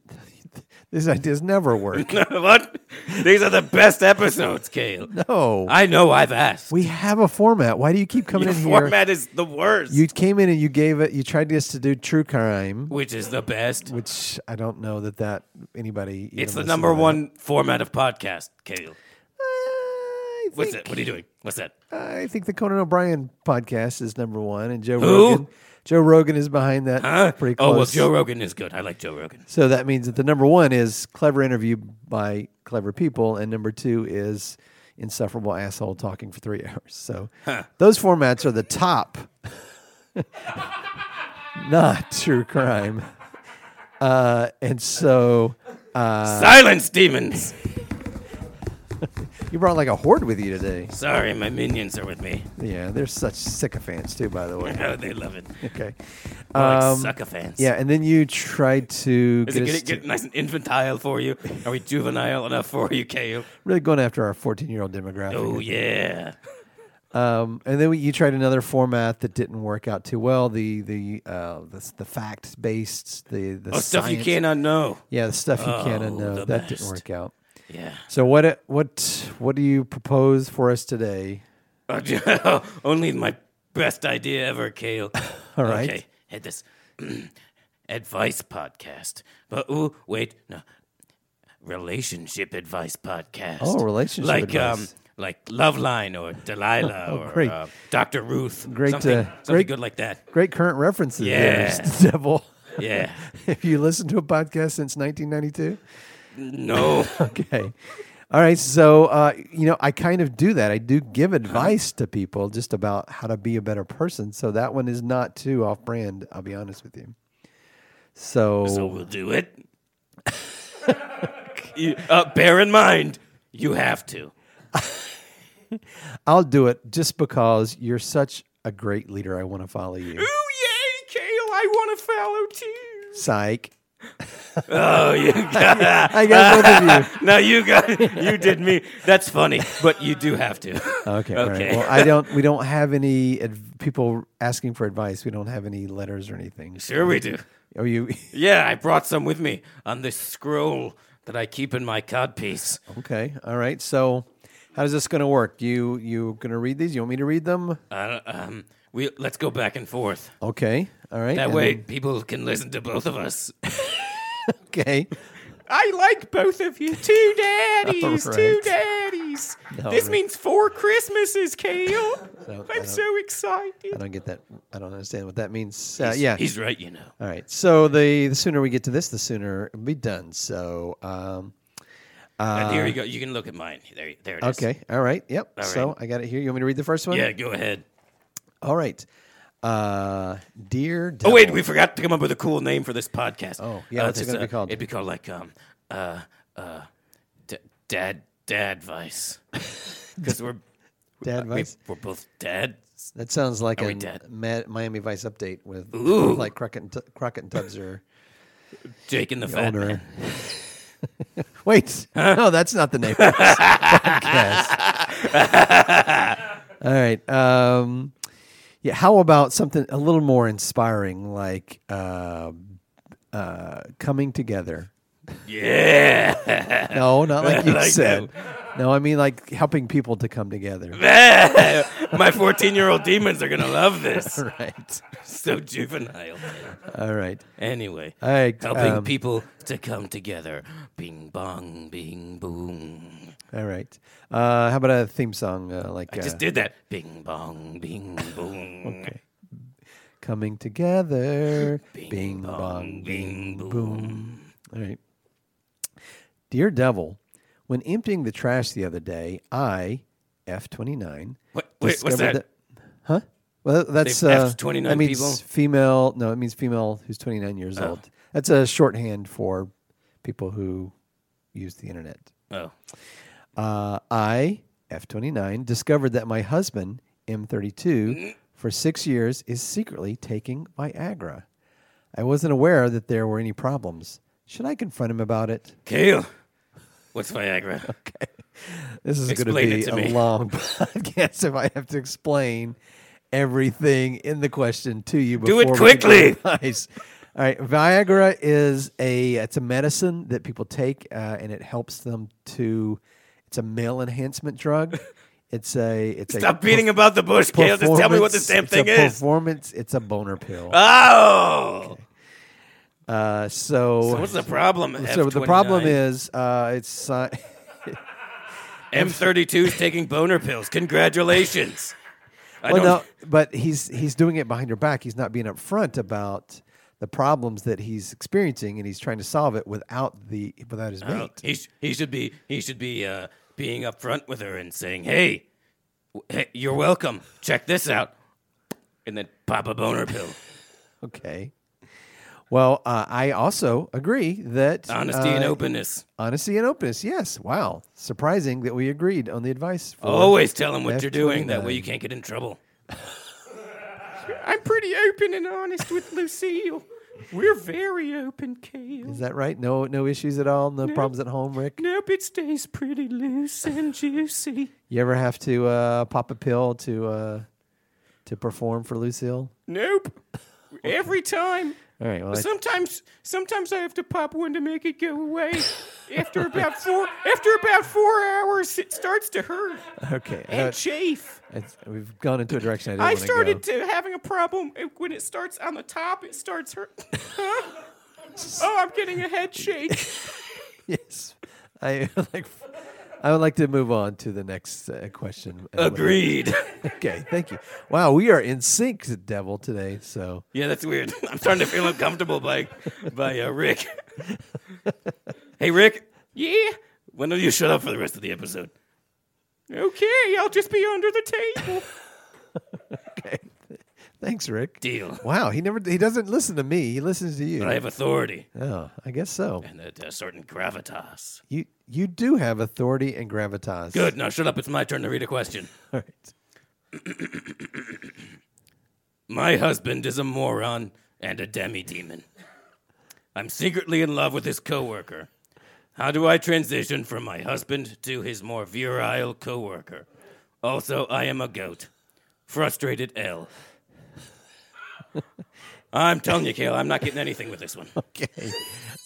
S2: These ideas never work.
S3: what? These are the best episodes, Kale.
S2: No.
S3: I know I've asked.
S2: we have a format. Why do you keep coming
S3: Your
S2: in here?
S3: format is the worst,
S2: You came in and you gave it. You tried us to do true crime,
S3: which is the best.
S2: which I don't know that that anybody. even
S3: It's the
S2: listened
S3: number
S2: to that.
S3: one format of podcast, Kale.
S2: I
S3: What's
S2: think-
S3: that? What are you doing? What's that?
S2: I think the Conan O'Brien podcast is number one, and Joe
S3: Who?
S2: Rogan. Joe Rogan is behind that.
S3: Huh?
S2: Pretty close.
S3: Oh well, Joe Rogan is good. I like Joe Rogan.
S2: So that means that the number one is clever interview by clever people, and number two is insufferable asshole talking for three hours. So those formats are the top, not true crime. Uh, and so
S3: Silence, demons.
S2: you brought like a horde with you today.
S3: Sorry, my minions are with me.
S2: Yeah, they're such sycophants too, by the way.
S3: Oh, they love it.
S2: Okay.
S3: More like
S2: Um,
S3: sucker fans.
S2: Yeah, and then you tried to
S3: Is
S2: get
S3: it
S2: us
S3: get,
S2: to-
S3: get nice and infantile for you? Are we juvenile enough for you, Kale?
S2: really going after our 14 year old demographic.
S3: Oh yeah.
S2: Um, and then we, you tried another format that didn't work out too well. The the uh, the, the fact based the the
S3: Oh, stuff you
S2: science-
S3: cannot know.
S2: Yeah, the stuff you can
S3: Oh,
S2: and know
S3: the
S2: that didn't
S3: best.
S2: work out.
S3: Yeah.
S2: So what it- what what do you propose for us today?
S3: Oh, j- Only my best idea ever, Kale.
S2: All right.
S3: Okay, had this advice podcast. But ooh, wait, no. Relationship advice podcast.
S2: Oh, relationship
S3: like,
S2: advice. Oh,
S3: Um, like Loveline or Delilah or
S2: great.
S3: uh, Dr. Ruth.
S2: Great,
S3: Something,
S2: uh,
S3: something
S2: great-
S3: good like that.
S2: Great current references, there,
S3: Yeah.
S2: Mr. Devil.
S3: Yeah.
S2: If you listened to a podcast since 1992,
S3: No.
S2: okay. All right, so uh, you know I kind of do that. I do give
S3: Uh-huh.
S2: advice to people just about how to be a better person. So that one is not too off brand. I'll be honest with you.
S3: so we'll do it. You- uh, bear in mind, you have to.
S2: I'll do it just because you're such a great leader. I want to follow you.
S4: Ooh, Oh, yay, Kale, I want to follow too.
S2: Psych.
S3: Oh, you got
S2: I got both of
S3: No, you got You did me. That's funny, but you do have to.
S2: you. Okay. All right.
S3: Okay.
S2: Well, I don't. We don't have any ad- people asking for advice. We don't have any letters or anything.
S3: Sure, we do.
S2: Are you
S3: Yeah, I brought some with me on this scroll that I keep in my codpiece.
S2: okay? All right. So, how is this going to work? You you going to read these? You want me to read them?
S3: Uh, um, we let's go back and forth.
S2: Okay. All right.
S3: That
S2: and
S3: way,
S2: then-
S3: people can listen to both of us.
S2: okay.
S4: I like both of you. Two daddies, two
S2: Alright.
S4: daddies.
S2: No,
S4: this
S2: no.
S4: means four Christmases, Kale.
S2: don't- I
S4: I'm
S2: don't-
S4: so excited.
S2: I don't get that. I don't understand what that means. Uh, yeah.
S3: he's right. You know.
S2: All right. So the the sooner we get to this, the sooner it'll be done. So. um
S3: and here Uh, you go. You can look at mine. There, there it is.
S2: Okay. All right. Yep.
S3: All
S2: so
S3: right.
S2: I got it here. You want me to read the first one?
S3: Yeah, go ahead.
S2: All right. Uh, dear.
S3: Oh wait,
S2: Devil-
S3: we forgot to come up with a cool name for this podcast.
S2: Oh, yeah, what's it
S3: just,
S2: gonna be called?
S3: It'd be called like um uh uh d- dad dad vice because we're
S2: Dad
S3: we,
S2: Vice.
S3: we're both dads.
S2: That sounds like
S3: we
S2: a
S3: dead?
S2: Ma- Miami Vice update with
S3: Ooh.
S2: like Crockett and, Tu- Crockett and Tubbs are
S3: Jake and the fat
S2: older.
S3: man.
S2: and- wait. No, that's not the name. of this podcast. All right. Um, yeah. How about something a little more inspiring, like uh, uh, coming together?
S3: Yeah,
S2: No, not like you
S3: Like that.
S2: said. No, I mean like helping people to come together.
S3: my fourteen-year-old demons are gonna love this.
S2: All right.
S3: So juvenile.
S2: All right.
S3: Anyway,
S2: All right.
S3: helping
S2: um,
S3: people to come together. Bing bong, bing boom.
S2: All right. Uh, how about a theme song uh, like
S3: I just
S2: uh,
S3: did that. Bing bong, bing boom.
S2: Okay. coming together? Bing, bong,
S3: bing boom.
S2: All right. Dear Devil, when emptying the trash the other day, I F twenty nine.
S3: What, wait, what's that?
S2: Huh? Well, that's
S3: They've
S2: uh,
S3: effed 29
S2: that means
S3: people? Oh.
S2: female. No, it means female who's twenty nine years old. That's a shorthand for people who use the internet.
S3: Oh,
S2: Uh, I, F29, discovered that my husband, M32, for six years is secretly taking Viagra. I wasn't aware that there were any problems. Should I confront him about it?
S3: Kale. What's Viagra?
S2: This is going to
S3: Explain it
S2: be
S3: to
S2: a
S3: me.
S2: long podcast if I have to explain everything in the question to you.
S3: Do it
S2: before we can
S3: quickly.
S2: give advice. All right, Viagra is a it's a medicine that people take, uh, and it helps them to. It's a male enhancement drug. It's a it's a
S3: Stop beating about the bush, Kale. Just tell me what this damn
S2: performance-
S3: thing
S2: it's a
S3: is. Uh,
S2: Performance. It's a boner pill.
S3: Oh!
S2: Uh, so,
S3: So what's the problem?
S2: so the problem
S3: F-29?
S2: is uh, it's sci-
S3: M32 is taking boner pills. Congratulations. I
S2: well,
S3: don't.
S2: no, but he's he's doing it behind your back. He's not being upfront about the problems that he's experiencing, and he's trying to solve it without the without his
S3: Oh,
S2: mate.
S3: he, sh- he should be he should be uh, being upfront with her and saying, "Hey, w- hey, you're welcome. Check this out," and then pop a boner pill.
S2: Okay. Well, uh, I also agree that
S3: Honesty and
S2: uh,
S3: openness.
S2: honesty and openness. Yes. Wow. Surprising that we agreed on the advice. For
S3: Always tell them what you're doing. That
S2: F-29.
S3: way you can't get in trouble.
S4: I'm pretty open and honest with Lucille. We're very open, Kale.
S2: Is that right? No, no issues at all. No problems at home, Rick.
S4: Nope, it stays pretty loose and juicy.
S2: You ever have to uh, pop a pill to uh, to perform for Lucille?
S4: Nope. Every time.
S2: All right. Well, I-
S4: Sometimes, sometimes I have to pop one to make it go away. After about four, after about four hours, it starts to hurt
S2: okay. I
S4: and
S2: don't-
S4: chafe.
S2: It's, we've gone into a direction I didn't
S4: I
S2: want to
S4: started
S2: go.
S4: to having a problem uh, when it starts on the top. It starts hurt. Huh? oh, I'm getting a head shake.
S2: yes, I would like. I would like to move on to the next uh, question. Uh,
S3: Agreed.
S2: Okay, thank you. Wow, we are in sync, devil today. So
S3: yeah, that's weird. I'm starting to feel uncomfortable by by uh, Rick. hey, Rick.
S4: Yeah.
S3: When will you shut up for the rest of the episode?
S4: Okay, I'll just be under the table.
S2: thanks, Rick.
S3: Deal.
S2: Wow, he never he doesn't listen to me. He listens to you.
S3: I have authority
S2: oh, I guess so.
S3: and a, a certain gravitas.
S2: You you do have authority and gravitas.
S3: Good. Now shut up. It's my turn to read a question.
S2: All right.
S3: My husband is a moron and a demi-demon. I'm secretly in love with his coworker. How do I transition from my husband to his more virile coworker? Also, I am a goat. Frustrated L. I'm telling you, Kale, I'm not getting anything with this one.
S2: Okay.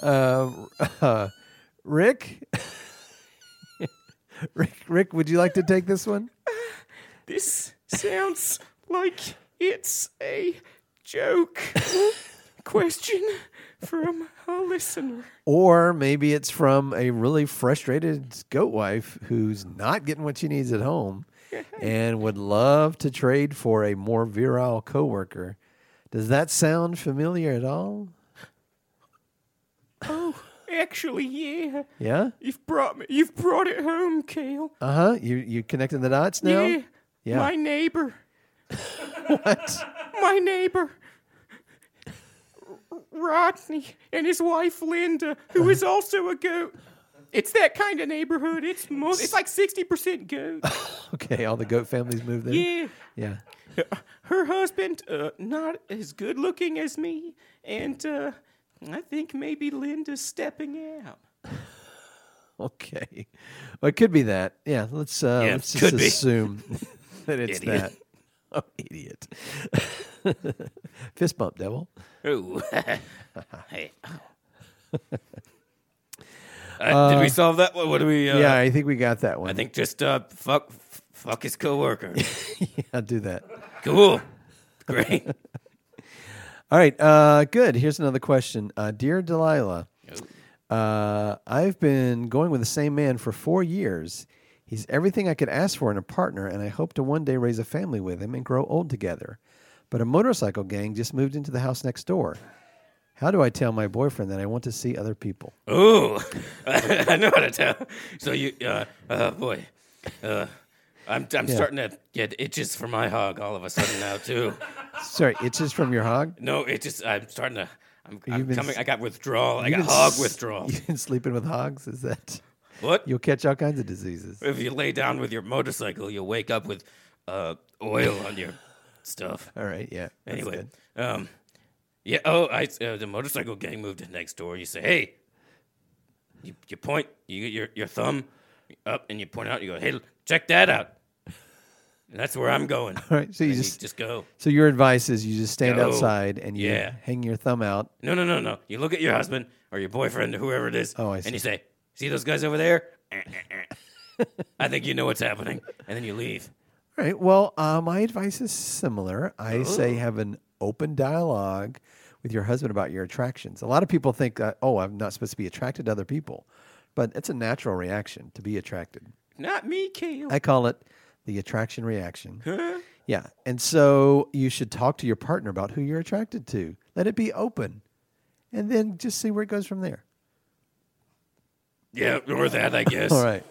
S2: Uh, uh, Rick. Rick, Rick, would you like to take this one?
S4: This sounds like it's a joke. Question from a listener.
S2: Or maybe it's from a really frustrated goat wife who's not getting what she needs at home and would love to trade for a more virile coworker. Does that sound familiar at all?
S4: Actually, yeah,
S2: Yeah?
S4: you've brought me, you've brought it home, Kale.
S2: Uh huh. You you connecting the dots now?
S4: Yeah,
S2: Yeah.
S4: my neighbor,
S2: What?
S4: my neighbor, R- Rodney, and his wife Linda, who is also a goat. It's that kind of neighborhood. It's mo- it's like sixty percent goat.
S2: Okay, all the goat families moved in.
S4: Yeah.
S2: Yeah.
S4: her husband uh, not as good looking as me and uh, i think maybe linda's stepping out
S2: Okay. Well, it could be that. Yeah. Let's uh,
S3: Yeah,
S2: let's just
S3: could be.
S2: assume that it's
S3: Idiot.
S2: that. Oh, idiot. Fist bump, devil.
S3: Ooh. hey. Uh, did we solve that one? What do we? Uh,
S2: yeah, I think we got that one.
S3: I think just uh, fuck, f- fuck his coworker.
S2: I'll do that.
S3: cool. Great.
S2: All right. Uh, good. Here's another question. Uh, Dear Delilah, uh, I've been going with the same man for four years. He's everything I could ask for in a partner, and I hope to one day raise a family with him and grow old together. But a motorcycle gang just moved into the house next door. How do I tell my boyfriend that I want to see other people?
S3: Ooh, I know how to tell. So you, uh, uh boy, uh, I'm I'm starting to get itches for my hog all of a sudden now too.
S2: Sorry, it's just from your hog.
S3: No, it just I'm starting to. I'm, I'm
S2: You've been
S3: coming.
S2: s-
S3: I got withdrawal. I
S2: You've
S3: got
S2: been
S3: hog
S2: s-
S3: withdrawal.
S2: You've been sleeping with hogs. Is that
S3: What?
S2: you'll catch all kinds of diseases?
S3: If you lay down with your motorcycle, you'll wake up with uh, oil on your stuff.
S2: All right. Yeah. that's
S3: Anyway,
S2: good.
S3: um, yeah. Oh, I uh, the motorcycle gang moved in next door. You say, hey, you, you point, you get your your thumb up, and you point out. You go, hey, check that out. That's where I'm going.
S2: All right, so you
S3: And
S2: just-
S3: just go.
S2: So your advice is you just stand
S3: Go.
S2: outside and you
S3: Yeah.
S2: hang your thumb out.
S3: No, no, no, no. You look at your husband or your boyfriend or whoever it is.
S2: Oh, I see.
S3: And you say, "See those guys over there? Eh, eh, eh." I think you know what's happening." And then you leave.
S2: All right. Well, uh, my advice is similar. I say have an open dialogue with your husband about your attractions. A lot of people think, uh, oh, I'm not supposed to be attracted to other people, but it's a natural reaction to be attracted.
S4: Not me, Kale.
S2: I call it the attraction reaction. yeah. And so you should talk to your partner about who you're attracted to. Let it be open and then just see where it goes from there.
S3: Yeah, or that, I guess.
S2: All right.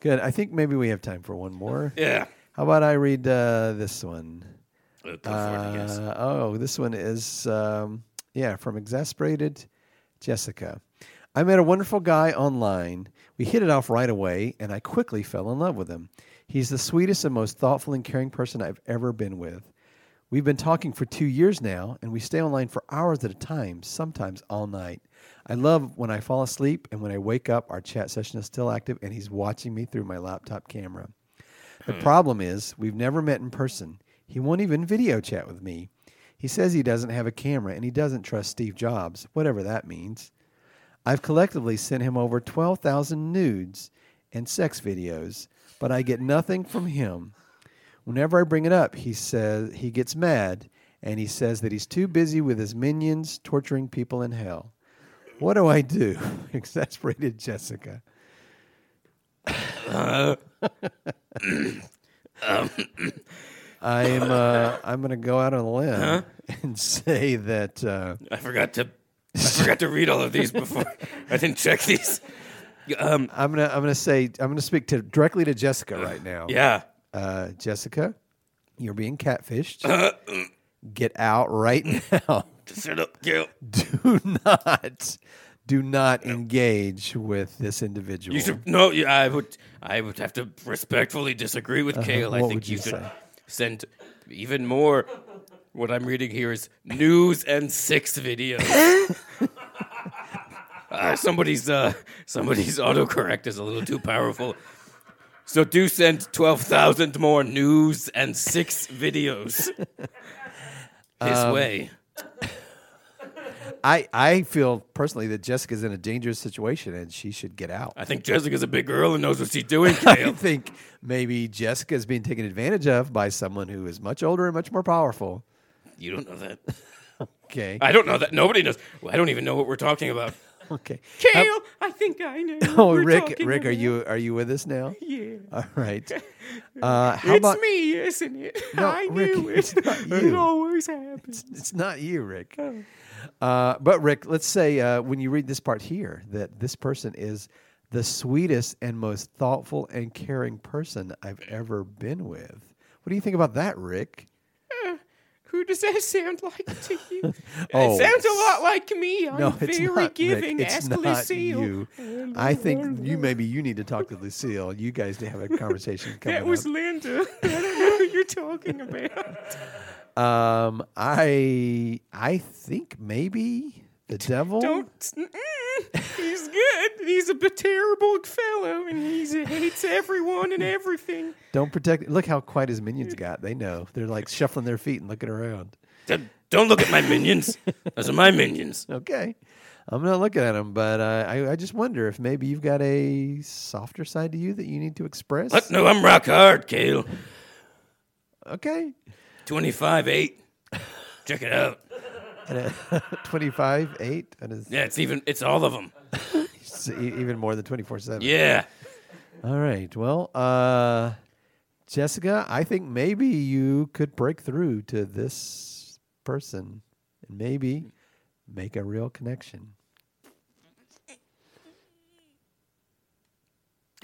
S2: Good. I think maybe we have time for one more.
S3: Yeah.
S2: How about I read uh, this one?
S3: Uh, Go for it, I guess.
S2: Uh, oh, this one is um, yeah from exasperated Jessica. I met a wonderful guy online. We hit it off right away, and I quickly fell in love with him. He's the sweetest and most thoughtful and caring person I've ever been with. We've been talking for two years now, and we stay online for hours at a time, sometimes all night. I love when I fall asleep, and when I wake up, our chat session is still active, and he's watching me through my laptop camera. The problem is, we've never met in person. He won't even video chat with me. He says he doesn't have a camera and he doesn't trust Steve Jobs, whatever that means. I've collectively sent him over 12,000 nudes and sex videos, but I get nothing from him. Whenever I bring it up, he says he gets mad and he says that he's too busy with his minions torturing people in hell. What do I do? Exasperated Jessica. I'm uh, I'm gonna go out on a limb and say that uh,
S3: I forgot to. I forgot to read all of these before. I didn't check these. Um,
S2: I'm gonna I'm gonna say I'm gonna speak to directly to Jessica right now.
S3: yeah.
S2: uh, Jessica, you're being catfished.
S3: Uh,
S2: Get out right now.
S3: Shut up, Gail.
S2: do not do not engage with this individual.
S3: You should no. You, I would. I would have to respectfully disagree with Kale. I
S2: Uh-huh. What
S3: think
S2: would
S3: you
S2: you
S3: should
S2: say?
S3: send even more. What I'm reading here is news and six videos. uh, somebody's uh, somebody's autocorrect is a little too powerful. So do send twelve thousand more news and six videos this
S2: Um,
S3: way.
S2: I I feel personally that Jessica's in a dangerous situation and she should get out.
S3: I think Jessica's a big girl and knows what she's doing. Kale.
S2: I think maybe Jessica is being taken advantage of by someone who is much older and much more powerful.
S3: you don't know that.
S2: Okay.
S3: I don't know that. Nobody knows. I don't even know what we're talking about.
S2: Okay.
S4: Kale, I think I know. what
S2: Oh,
S4: we're
S2: Rick,
S4: talking
S2: Rick, are
S4: about.
S2: you are you with us now?
S4: Yeah.
S2: All right. Uh, how
S4: it's
S2: about
S4: me, isn't it?
S2: No,
S4: I
S2: Rick,
S4: knew
S2: it's
S4: it.
S2: not
S4: It
S2: you.
S4: always happens.
S2: it's not you, Rick.
S4: Oh.
S2: Uh, but Rick, let's say uh, when you read this part here that this person is the sweetest and most thoughtful and caring person I've ever been with. What do you think about that, Rick?
S4: Who does that sound like to you?
S2: Oh,
S4: it sounds a lot like me. I'm
S2: No, it's
S4: very
S2: not Rick.
S4: giving.
S2: It's
S4: Ask
S2: not
S4: Lucille.
S2: you. I think you maybe you need to talk to Lucille. You guys to have a conversation. Coming
S4: That was
S2: up.
S4: Linda. I don't know who you're talking about.
S2: Um, I I think maybe the devil.
S4: Don't. Mm-mm. He's good. He's a terrible fellow, and he's, he hates everyone and everything.
S2: Don't protect. Look how quiet his minions got. They know. They're like shuffling their feet and looking around.
S3: Don't don't look at my minions. Those are my minions.
S2: Okay. I'm not looking at them, but uh, I, I just wonder if maybe you've got a softer side to you that you need to express.
S3: What? No, I'm rock hard, Kale.
S2: Okay.
S3: 25 8. Check it out.
S2: 25, 8, and it's
S3: Yeah, it's even, it's all of them.
S2: it's e- even more than 24 7.
S3: Yeah.
S2: All right. Well, uh, Jessica, I think maybe you could break through to this person and maybe make a real connection.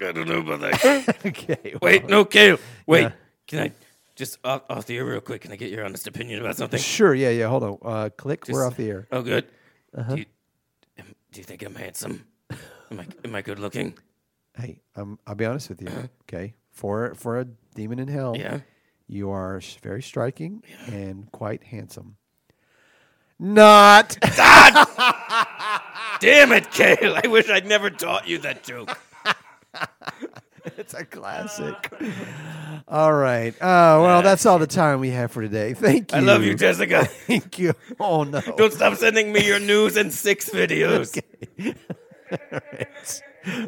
S3: I don't know about that.
S2: Okay.
S3: Wait, no, Kale. Wait.
S2: Yeah.
S3: Can I just off, off the air real quick? Can I get your honest opinion about something?
S2: Sure. Yeah. Yeah. Hold on. Uh, click. We're
S3: Just-
S2: off the air.
S3: Oh, good.
S2: Uh-huh.
S3: Do, you, am- do you think I'm handsome? Am I, am I good looking?
S2: Hey, um, I'll be honest with you. Okay, for for a demon in hell,
S3: Yeah.
S2: you are s- very striking and quite handsome. Not
S3: Damn it, Kale. I wish I'd never taught you that joke.
S2: it's a classic. All right. Uh, well, that's all the time we have for today. Thank you.
S3: I love you, Jessica.
S2: Thank you. Oh no.
S3: Don't stop sending me your news and six videos.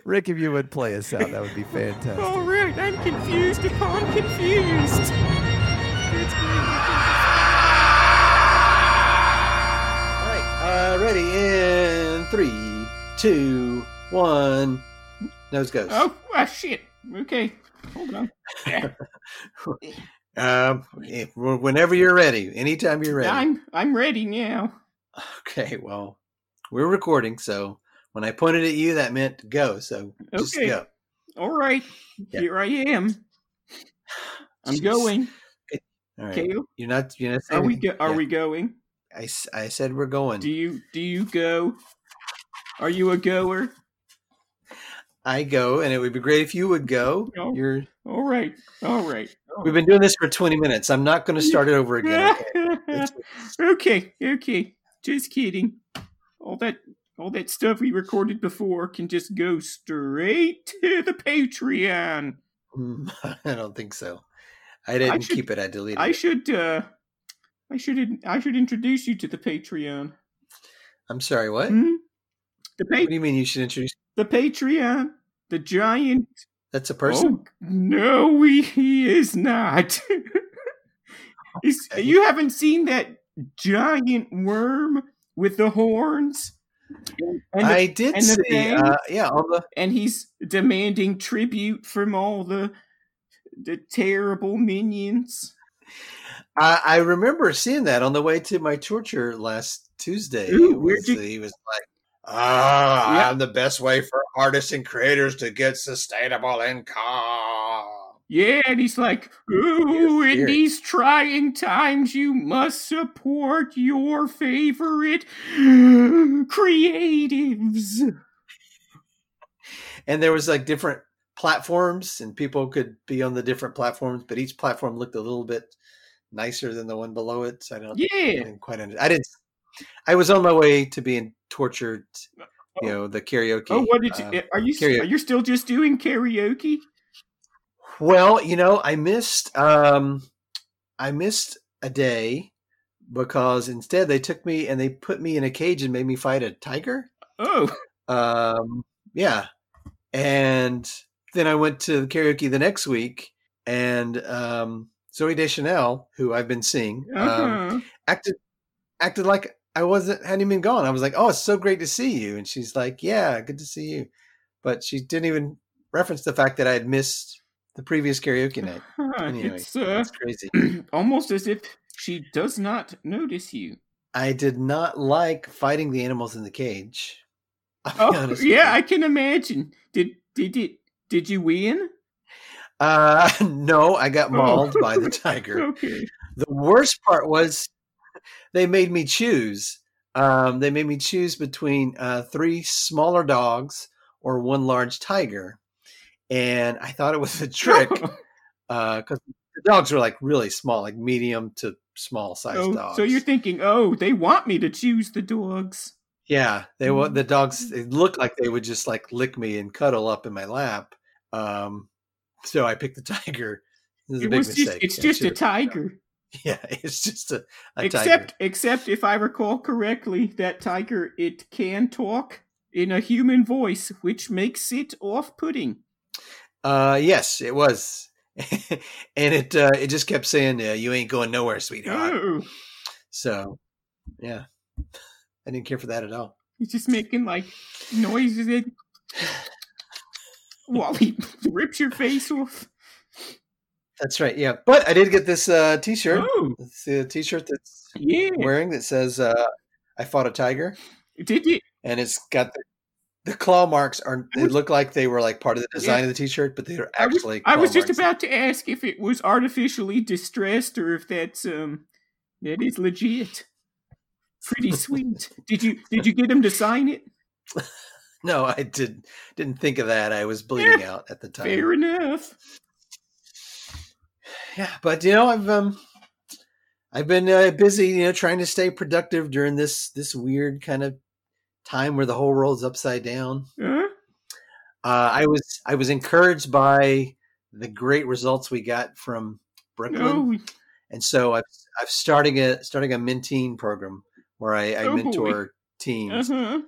S2: Rick, if you would play us out, that would be fantastic.
S4: All right, I'm confused upon confused. It's great.
S2: All right. Uh, ready in three, two, one. Nose goes.
S4: Oh, ah, shit. Okay, hold on.
S2: Um, eh, wh- whenever you're ready, anytime you're ready.
S4: I'm I'm ready now.
S2: Okay. Well, we're recording, so when I pointed at you, that meant go. So just
S4: Okay.
S2: go.
S4: All right,
S2: Yeah.
S4: here I am. I'm
S2: Jeez.
S4: going.
S2: All right.
S4: Kale,
S2: You're not. You're not.
S4: are
S2: saying
S4: we
S2: anything.
S4: go- are
S2: Yeah.
S4: we going?
S2: I, s- I said we're going.
S4: Do you do you go? Are you a goer?
S2: I go, and it would be great if you would go.
S4: No.
S2: You're.
S4: All right, all right. all
S2: We've been doing this for 20 minutes. I'm not going to start it over again. Okay.
S4: right. okay, okay. Just kidding. All that all that stuff we recorded before can just go straight to the Patreon.
S2: Mm, I don't think so. I didn't
S4: should-
S2: keep it. I deleted
S4: I
S2: it.
S4: should uh I should in- I should introduce you to the Patreon.
S2: I'm sorry. What?
S4: Hmm? The
S2: What
S4: pa-
S2: do you mean you should introduce?
S4: the Patreon, the giant
S2: That's a person.
S4: Oh, no, he, he is not. He's-
S2: Okay.
S4: you haven't seen that giant worm with the horns? And,
S2: I did
S4: and the
S2: see.
S4: thing-
S2: Uh, yeah, all the
S4: and he's demanding tribute from all the the terrible minions.
S2: I, I remember seeing that on the way to my torture last Tuesday.
S4: Ooh,
S2: It
S4: where'd
S2: was-
S4: you-
S2: he was like, "Ah,
S4: Yeah.
S2: I'm the best way for artists and creators to get sustainable income."
S4: Yeah, and he's like, "Ooh,
S2: Yes,
S4: in
S2: dear.
S4: these trying times, you must support your favorite creatives."
S2: And there was like different platforms, and people could be on the different platforms, but each platform looked a little bit nicer than the one below it. So I don't, I
S4: Yeah,
S2: didn't quite under, I didn't. I was on my way to being tortured. You know the karaoke.
S4: Uh, Oh, what did
S2: uh,
S4: you? Are you
S2: karaoke.
S4: are you still just doing karaoke?
S2: Well, you know, I missed um I missed a day because instead they took me and they put me in a cage and made me fight a tiger.
S4: Oh,
S2: Um yeah. And then I went to the karaoke the next week and um Zoe Deschanel, who I've been seeing, um,
S4: uh-huh.
S2: acted acted like I wasn't hadn't even gone. I was like, "Oh, it's so great to see you," and she's like, "Yeah, good to see you," but she didn't even reference the fact that I had missed the previous karaoke night.
S4: Huh,
S2: anyway,
S4: it's uh,
S2: That's crazy.
S4: almost as if she does not notice you.
S2: I did not like fighting the animals in the cage. I'll be
S4: Oh,
S2: honest with
S4: yeah, I
S2: you.
S4: can imagine. Did did it? Did you win?
S2: Uh, no, I
S4: Oh.
S2: got mauled by the tiger.
S4: Okay.
S2: The worst part was they made me choose. Um, they made me choose between uh, three smaller dogs or one large tiger, and I thought it was a trick because the dogs were like really small, like medium to small sized
S4: Oh,
S2: dogs.
S4: so you're thinking, oh, they want me to choose the dogs.
S2: Yeah, they wa-
S4: Mm.
S2: the dogs. It looked like they would just like lick me and cuddle up in my lap. Um, so I picked the tiger. This is a
S4: It
S2: big
S4: was
S2: mistake.
S4: just, it's
S2: I
S4: just a
S2: should've-
S4: tiger.
S2: Yeah, it's just a, a
S4: Except,
S2: tiger.
S4: except if I recall correctly, that tiger it can talk in a human voice, which makes it off-putting.
S2: Uh, yes, it was, and it uh, it just kept saying, uh, "You ain't going nowhere, sweetheart."
S4: Oh,
S2: So, yeah, I didn't care for that at all.
S4: he's just making like noises and while he rips your face off.
S2: That's right. Yeah, but I did get this uh, T-shirt.
S4: Oh,
S2: It's the T-shirt that's
S4: yeah.
S2: wearing that says, uh, "I fought a tiger."
S4: Did you?
S2: and it's got the, the claw marks are they look like they were like part of the design of the t-shirt but they're
S4: I was,
S2: actually
S4: I was
S2: claw
S4: just
S2: marks.
S4: about to ask if it was artificially distressed or if that's um that is legit. Pretty sweet. did you did you get him to sign it?
S2: no i did didn't think of that i was bleeding out at the time
S4: Fair enough.
S2: yeah but you know i've um i've been uh, busy you know trying to stay productive during this this weird kind of time where the whole world's upside down
S4: Huh?
S2: uh, i was i was encouraged by the great results we got from Brooklyn.
S4: Oh.
S2: And so I've, I've starting a starting a menteen program where I, I
S4: Oh, boy.
S2: mentor teens.
S4: uh-huh.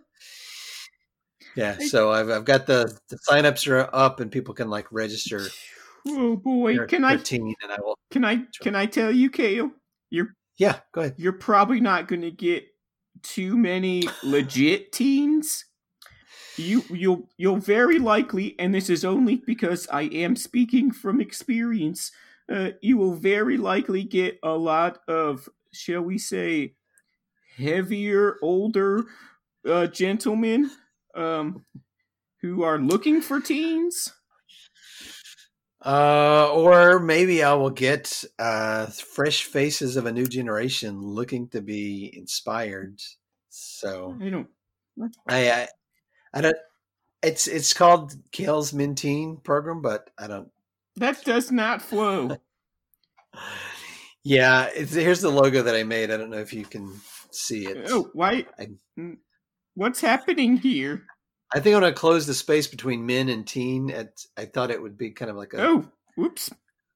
S2: Yeah, so I've I've got the the signups are up and people can like register
S4: Oh boy,
S2: their,
S4: can
S2: their
S4: I
S2: teen and I will.
S4: can I can I tell you, Kale?
S2: Yeah, go ahead.
S4: You're probably not going to get too many legit teens. You you'll you'll very likely, and this is only because I am speaking from experience. Uh, you will very likely get a lot of, shall we say, heavier, older uh, gentlemen um, who are looking for teens.
S2: Uh, or maybe I will get uh, fresh faces of a new generation looking to be inspired. So
S4: I don't.
S2: I, I, I don't. It's it's called Kale's Menteen program, but I don't.
S4: That does not flow.
S2: Yeah, it's, here's the logo that I made. I don't know if you can see it.
S4: Oh, why? mm,
S2: I-
S4: What's happening here?
S2: I think I'm gonna close the space between men and teen. At I thought it would be kind of like a
S4: Oh, whoops.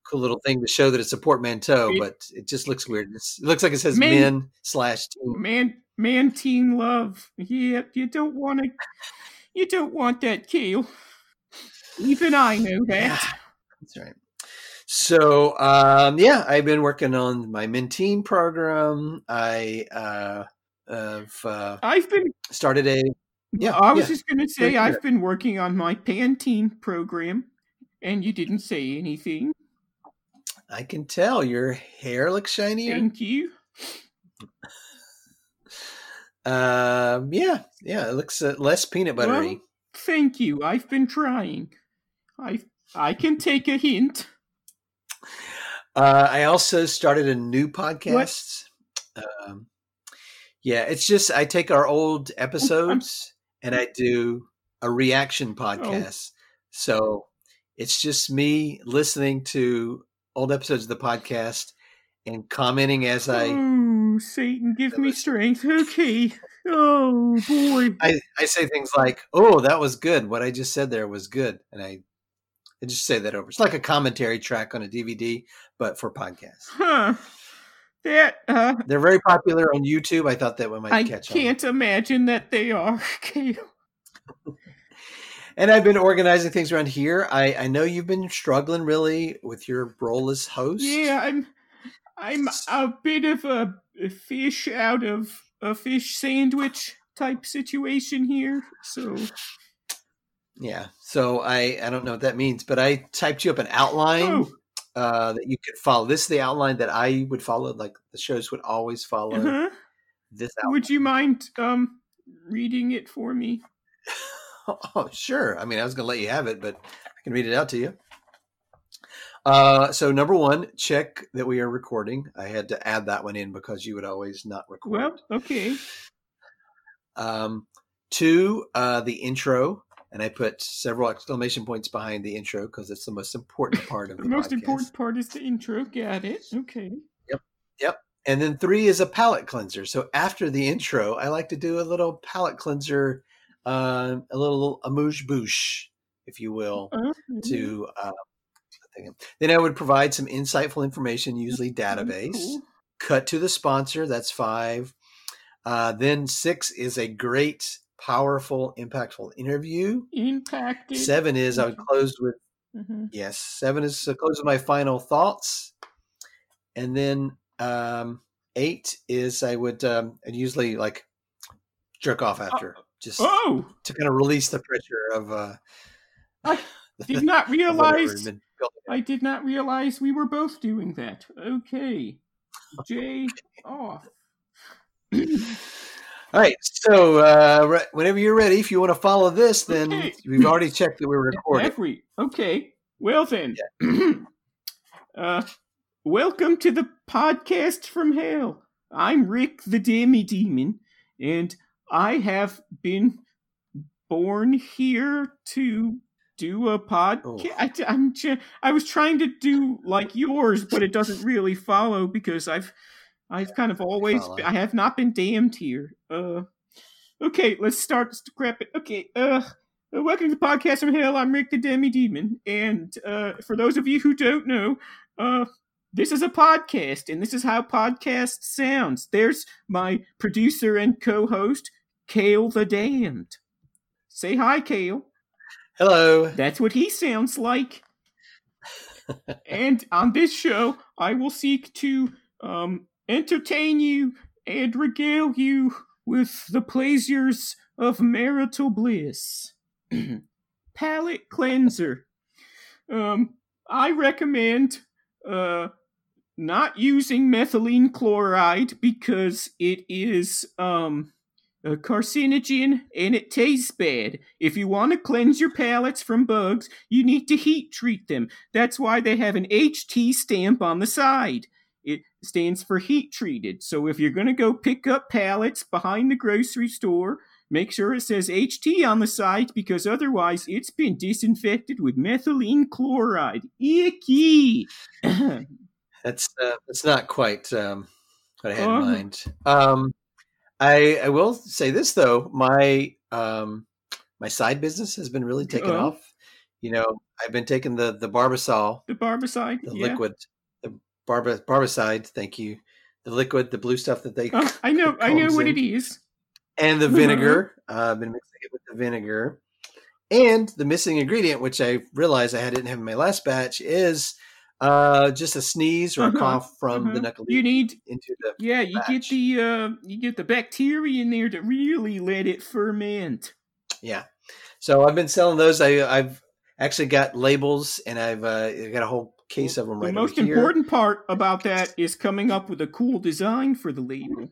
S2: cool little thing to show that it's a portmanteau,
S4: It-
S2: but it just looks weird. It's, it looks like it says
S4: Men-
S2: men, slash teen.
S4: Man, man, teen love. Yeah, you don't want to. You don't want that, Kale. Even I know that.
S2: That's right. So um, yeah, I've been working on my Menteen program. I uh, have uh,
S4: I've been.
S2: started a yeah.
S4: I was
S2: yeah.
S4: just gonna say
S2: Yeah.
S4: I've been working on my Pantene program, and you didn't say anything.
S2: I can tell your hair looks shinier.
S4: Thank you.
S2: Um, yeah, yeah, it looks uh, less peanut
S4: Well,
S2: buttery.
S4: Thank you. I've been trying. I I can take a hint.
S2: Uh, I also started a new podcast. Um, yeah, it's just I take our
S4: Oh,
S2: old episodes and I do a reaction
S4: Oh.
S2: podcast. So it's just me listening to old episodes of the podcast and commenting as I
S4: Oh, Satan, give me strength. Okay. Oh boy.
S2: I, I say things like, "Oh, that was good. What I just said there was good," and I I just say that over. It's like a commentary track on a DVD, but for podcasts.
S4: Huh. That uh
S2: They're very popular on YouTube. I thought that one might
S4: I
S2: catch on.
S4: can't imagine that they are. Kale.
S2: And I've been organizing things around here. I, I know you've been struggling really with your role as host.
S4: Yeah, I'm I'm a bit of a fish out of a fish sandwich type situation here. So
S2: Yeah. So I, I don't know what that means, but I typed you up an outline
S4: Oh.
S2: uh, that you could follow. This is the outline that I would follow. Like the shows would always follow
S4: uh-huh.
S2: this outline.
S4: would you mind um reading it for me?
S2: Oh, sure. I mean, I was going to let you have it, but I can read it out to you. Uh, so number one, check that we are recording. I had to add that one in because you would always not record.
S4: Well, okay.
S2: Um, two, uh, the intro, and I put several exclamation points behind the intro because it's the most important part of the,
S4: The most
S2: podcast.
S4: important part is the intro. Got it. Okay.
S2: And then three is a palate cleanser. So after the intro, I like to do a little palate cleanser, uh, a little amuse bouche, if you will,
S4: Uh,
S2: to. Uh, thing. then I would provide some insightful information, usually database.
S4: Mm-hmm. cool.
S2: Cut to the sponsor. That's five. Uh, then six is a great, powerful, impactful interview.
S4: Impacted.
S2: Seven is I would close with
S4: Uh-huh.
S2: yes. Seven is so close with my final thoughts, and then um, eight is I would um, I'd usually like jerk off
S4: Uh,
S2: after just
S4: Oh,
S2: to kind of release the pressure of. Uh,
S4: I did not
S2: of whatever had
S4: realize
S2: been building up.
S4: I did not realize we were both doing that. Okay. Jay off.
S2: All right, so uh, re- whenever you're ready, if you want to follow this, then
S4: Okay.
S2: we've already checked that we were recording.
S4: Every okay. Well then. uh welcome to the podcast from hell. I'm Rick the Demi Demon, and I have been born here to do a
S2: Oh.
S4: podcast. I, I'm j- I was trying to do like yours, but it doesn't really follow because I've I've kind of always
S2: follow.
S4: I have not been damned here. Uh, okay, let's start. Scrap it. Okay, uh, Uh, Welcome to the podcast from hell. I'm Rick the Demi Demon, and uh, for those of you who don't know, uh, this is a podcast, and this is how podcast sounds. There's my producer and co-host, Kale the Damned. Say hi, Kale.
S2: Hello.
S4: That's what he sounds like. and on this show, I will seek to um, entertain you and regale you with the pleasures of marital bliss. Palette cleanser. Um, I recommend uh, not using methylene chloride because it is um, a carcinogen and it tastes bad. If you want to cleanse your palates from bugs, you need to heat treat them. That's why they have an HT stamp on the side. It stands for heat treated. So if you're going to go pick up pallets behind the grocery store, make sure it says HT on the side because otherwise it's been disinfected with methylene chloride. Icky.
S2: That's uh, that's not quite um, what I had
S4: Um.
S2: in mind. Um, I I will say this though, my um, my side business has been really taking
S4: Oh.
S2: off. You know, I've been taking the the Barbasol,
S4: the barbicide.
S2: the
S4: yeah.
S2: liquid, the barba Barbicide. Thank you, the liquid, the blue stuff that they
S4: Oh, I know. I know
S2: Comes
S4: what
S2: in.
S4: it is.
S2: and the
S4: Mhm.
S2: vinegar. Uh, I've been mixing it with the vinegar. And the missing ingredient, which I realized I didn't have in my last batch, is uh, just a sneeze or a
S4: Uh-huh,
S2: cough from the
S4: Uh-huh.
S2: knuckle
S4: You need
S2: into the
S4: Yeah, you get
S2: batch.
S4: the uh, you get the bacteria in there to really let it ferment.
S2: yeah. So I've been selling those. I, I've actually got labels, and I've uh, got a whole case of them right
S4: the most
S2: over here.
S4: important part about that is coming up with a cool design for the label.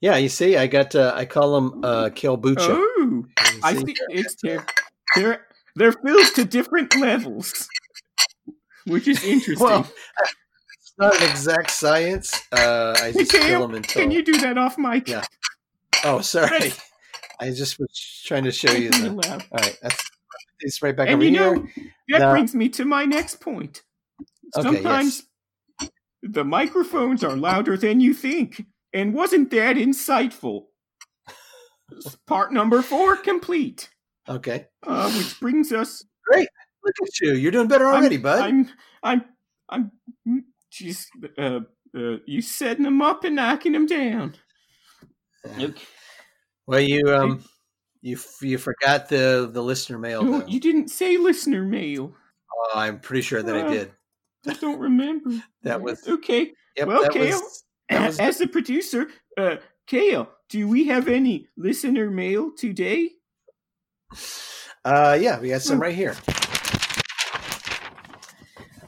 S2: Yeah, you see, I got uh, I call them uh, kalbucha.
S4: Oh,
S2: You
S4: I
S2: see?
S4: see. It's they're they're they're filled to different levels, which is interesting.
S2: Well, it's not an exact science. Uh, I just
S4: Can you-
S2: fill them until.
S4: Can you do that off mic?
S2: Yeah. Oh, sorry.
S4: That's-
S2: I just was trying to show you
S4: Too
S2: the.
S4: loud.
S2: All right, that's it's right back
S4: And
S2: over
S4: you
S2: here.
S4: know that
S2: Now-
S4: brings me to my next point.
S2: Okay,
S4: Sometimes the microphones are louder than you think. And wasn't that insightful? Part number four complete,
S2: okay,
S4: uh, which brings us.
S2: look at you. You're doing better already,
S4: I'm,
S2: bud.
S4: I'm, I'm, I'm, mm, jeez, uh, uh, you setting them up and knocking them down.
S2: Yeah. Well, you um, you f- you forgot the the listener mail.
S4: No,
S2: Though.
S4: you didn't say listener mail.
S2: Oh, I'm pretty sure that I
S4: Uh,
S2: did.
S4: I don't remember.
S2: That was
S4: Okay.
S2: yep.
S4: well,
S2: that
S4: Kale,
S2: was that was
S4: As the producer, uh, Kale, do we have any listener mail today?
S2: Uh, yeah, we got some right here.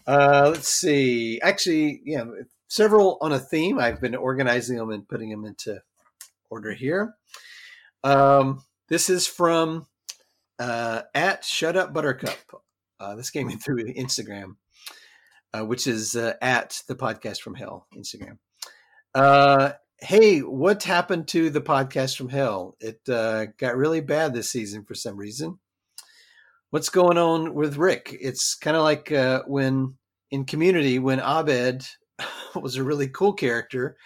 S2: Uh, let's see. Actually, yeah, several on a theme. I've been organizing them and putting them into order here. Um, this is from uh, at Shut Up Buttercup. Uh, this came in through Instagram, uh, which is uh, at the podcast from hell Instagram. Uh, hey, what happened to the podcast from hell? It uh, got really bad this season for some reason what's going on with Rick? It's kind of like uh, when in Community, when Abed was a really cool character,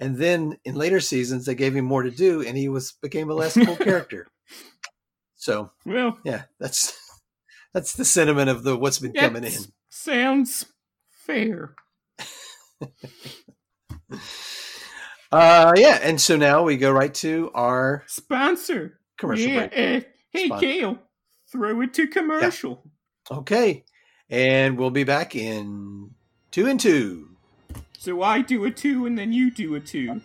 S2: and then in later seasons they gave him more to do, and he was became a less cool character. So
S4: Well,
S2: yeah, that's that's the sentiment of the what's been coming in.
S4: that sounds fair.
S2: Uh, yeah, and so now we go right to our
S4: Sponsor.
S2: commercial
S4: yeah.
S2: break.
S4: uh, hey,
S2: Spon-
S4: Kale, throw it to commercial.
S2: Okay, and we'll be back in two and two.
S4: So I do a two, and then you do a two.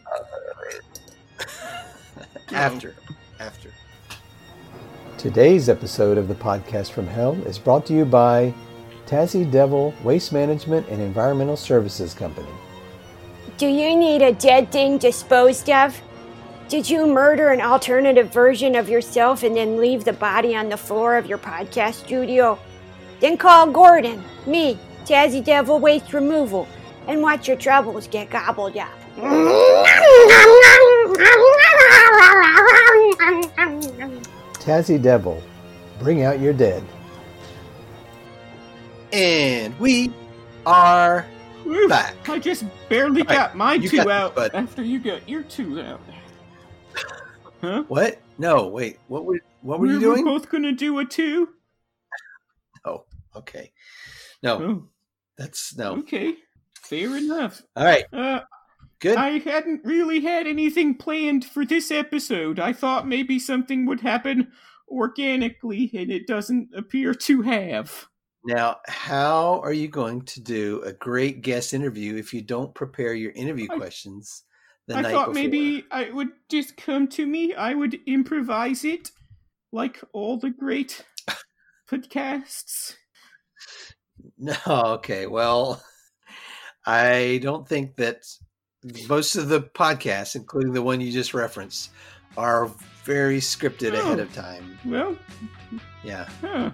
S2: After, after.
S7: Today's episode of the Podcast from Hell is brought to you by Tassie Devil Waste Management and Environmental Services Company.
S8: Do you need a dead thing disposed of? Did you murder an alternative version of yourself and then leave the body on the floor of your podcast studio? Then call Gordon, me, Tazzy Devil Waste Removal, and watch your troubles get gobbled up.
S7: Tassie Devil, bring out your dead.
S2: And we are
S4: Woo,
S2: back.
S4: I just barely
S2: All right,
S4: got my
S2: you
S4: two
S2: got this,
S4: out
S2: bud.
S4: after you got your two out. Huh?
S2: What? No, wait. What were what were
S4: we
S2: you doing?
S4: We're both gonna do a two.
S2: okay. No,
S4: Oh,
S2: that's no.
S4: okay. Fair enough.
S2: All right.
S4: Uh,
S2: Good.
S4: I hadn't really had anything planned for this episode. I thought maybe something would happen organically, and it doesn't appear to have.
S2: Now, how are you going to do a great guest interview if you don't prepare your interview
S4: I-
S2: questions the
S4: I
S2: night
S4: thought
S2: before?
S4: maybe I would just come to me. I would improvise it, like all the great podcasts.
S2: No, okay. Well, I don't think that most of the podcasts, including the one you just referenced, are very scripted ahead
S4: Oh.
S2: of time.
S4: Well,
S2: Yeah.
S4: huh?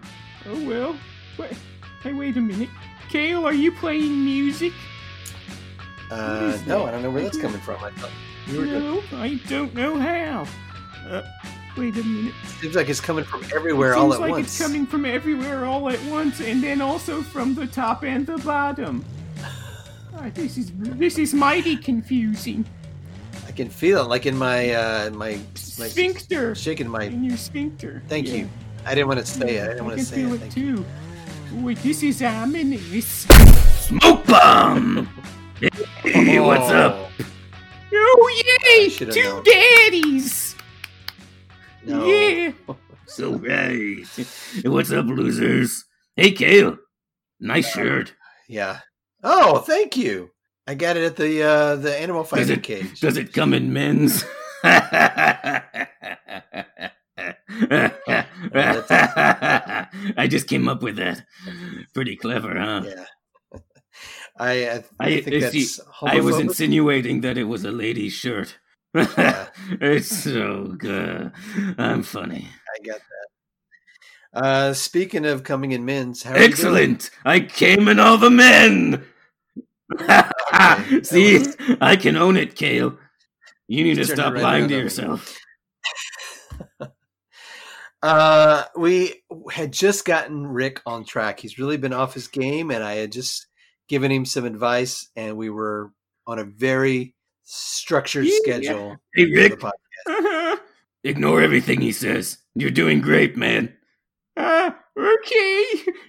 S4: Oh well. Wait, hey, wait a minute. Kale, are you playing music?
S2: Uh,
S4: is
S2: no,
S4: that?
S2: I don't know where that's
S4: Mhm.
S2: coming from. I thought you were doing-
S4: No, I don't know how. Uh, wait a minute.
S2: seems like it's coming from everywhere
S4: it
S2: all
S4: seems
S2: at
S4: like
S2: once.
S4: it's coming from everywhere all at once, and then also from the top and the bottom. Ah, this is this is mighty confusing.
S2: I can feel it, like in my uh, my like
S4: Sphincter
S2: shaking my.
S4: in your sphincter.
S2: Thank
S4: Yeah.
S2: you. I didn't want to say it. I
S4: I
S2: didn't want
S4: can
S2: to say
S4: feel
S2: it.
S4: it,
S2: Thank you.
S4: too. Wait, this is ominous.
S3: Smoke bomb! hey, what's up?
S2: Oh,
S4: Oh yay! Two
S2: should've known.
S4: daddies.
S2: No.
S4: Yeah.
S3: Oh, So right. Hey, What's up, losers? Hey, Kale. Nice shirt.
S2: Yeah. Oh, thank you. I got it at the uh, the animal
S3: Does
S2: fighting
S3: it,
S2: cage.
S3: does it come in men's? I just came up with that. Pretty clever, huh?
S2: Yeah. I I,
S3: I-
S2: I think
S3: I see.
S2: that's
S3: I was
S2: homophobic.
S3: insinuating that it was a lady's shirt.
S2: Yeah.
S3: it's so good. I'm funny.
S2: I got that. Uh, speaking of coming in men's, how are you doing?
S3: Excellent! I came in all the men! See,
S2: that
S3: I can own it, Kale. You need to
S2: Turned it
S3: stop
S2: right
S3: lying
S2: around
S3: to
S2: on me.
S3: yourself.
S2: Uh, we had just gotten Rick on track. He's really been off his game, and I had just given him some advice, and we were on a very structured
S4: Yeah.
S2: schedule.
S3: Hey,
S2: for the
S3: Rick,
S2: pod-
S4: Uh-huh.
S3: ignore everything he says. You're doing great, man.
S4: Uh,
S2: Ah,
S4: okay.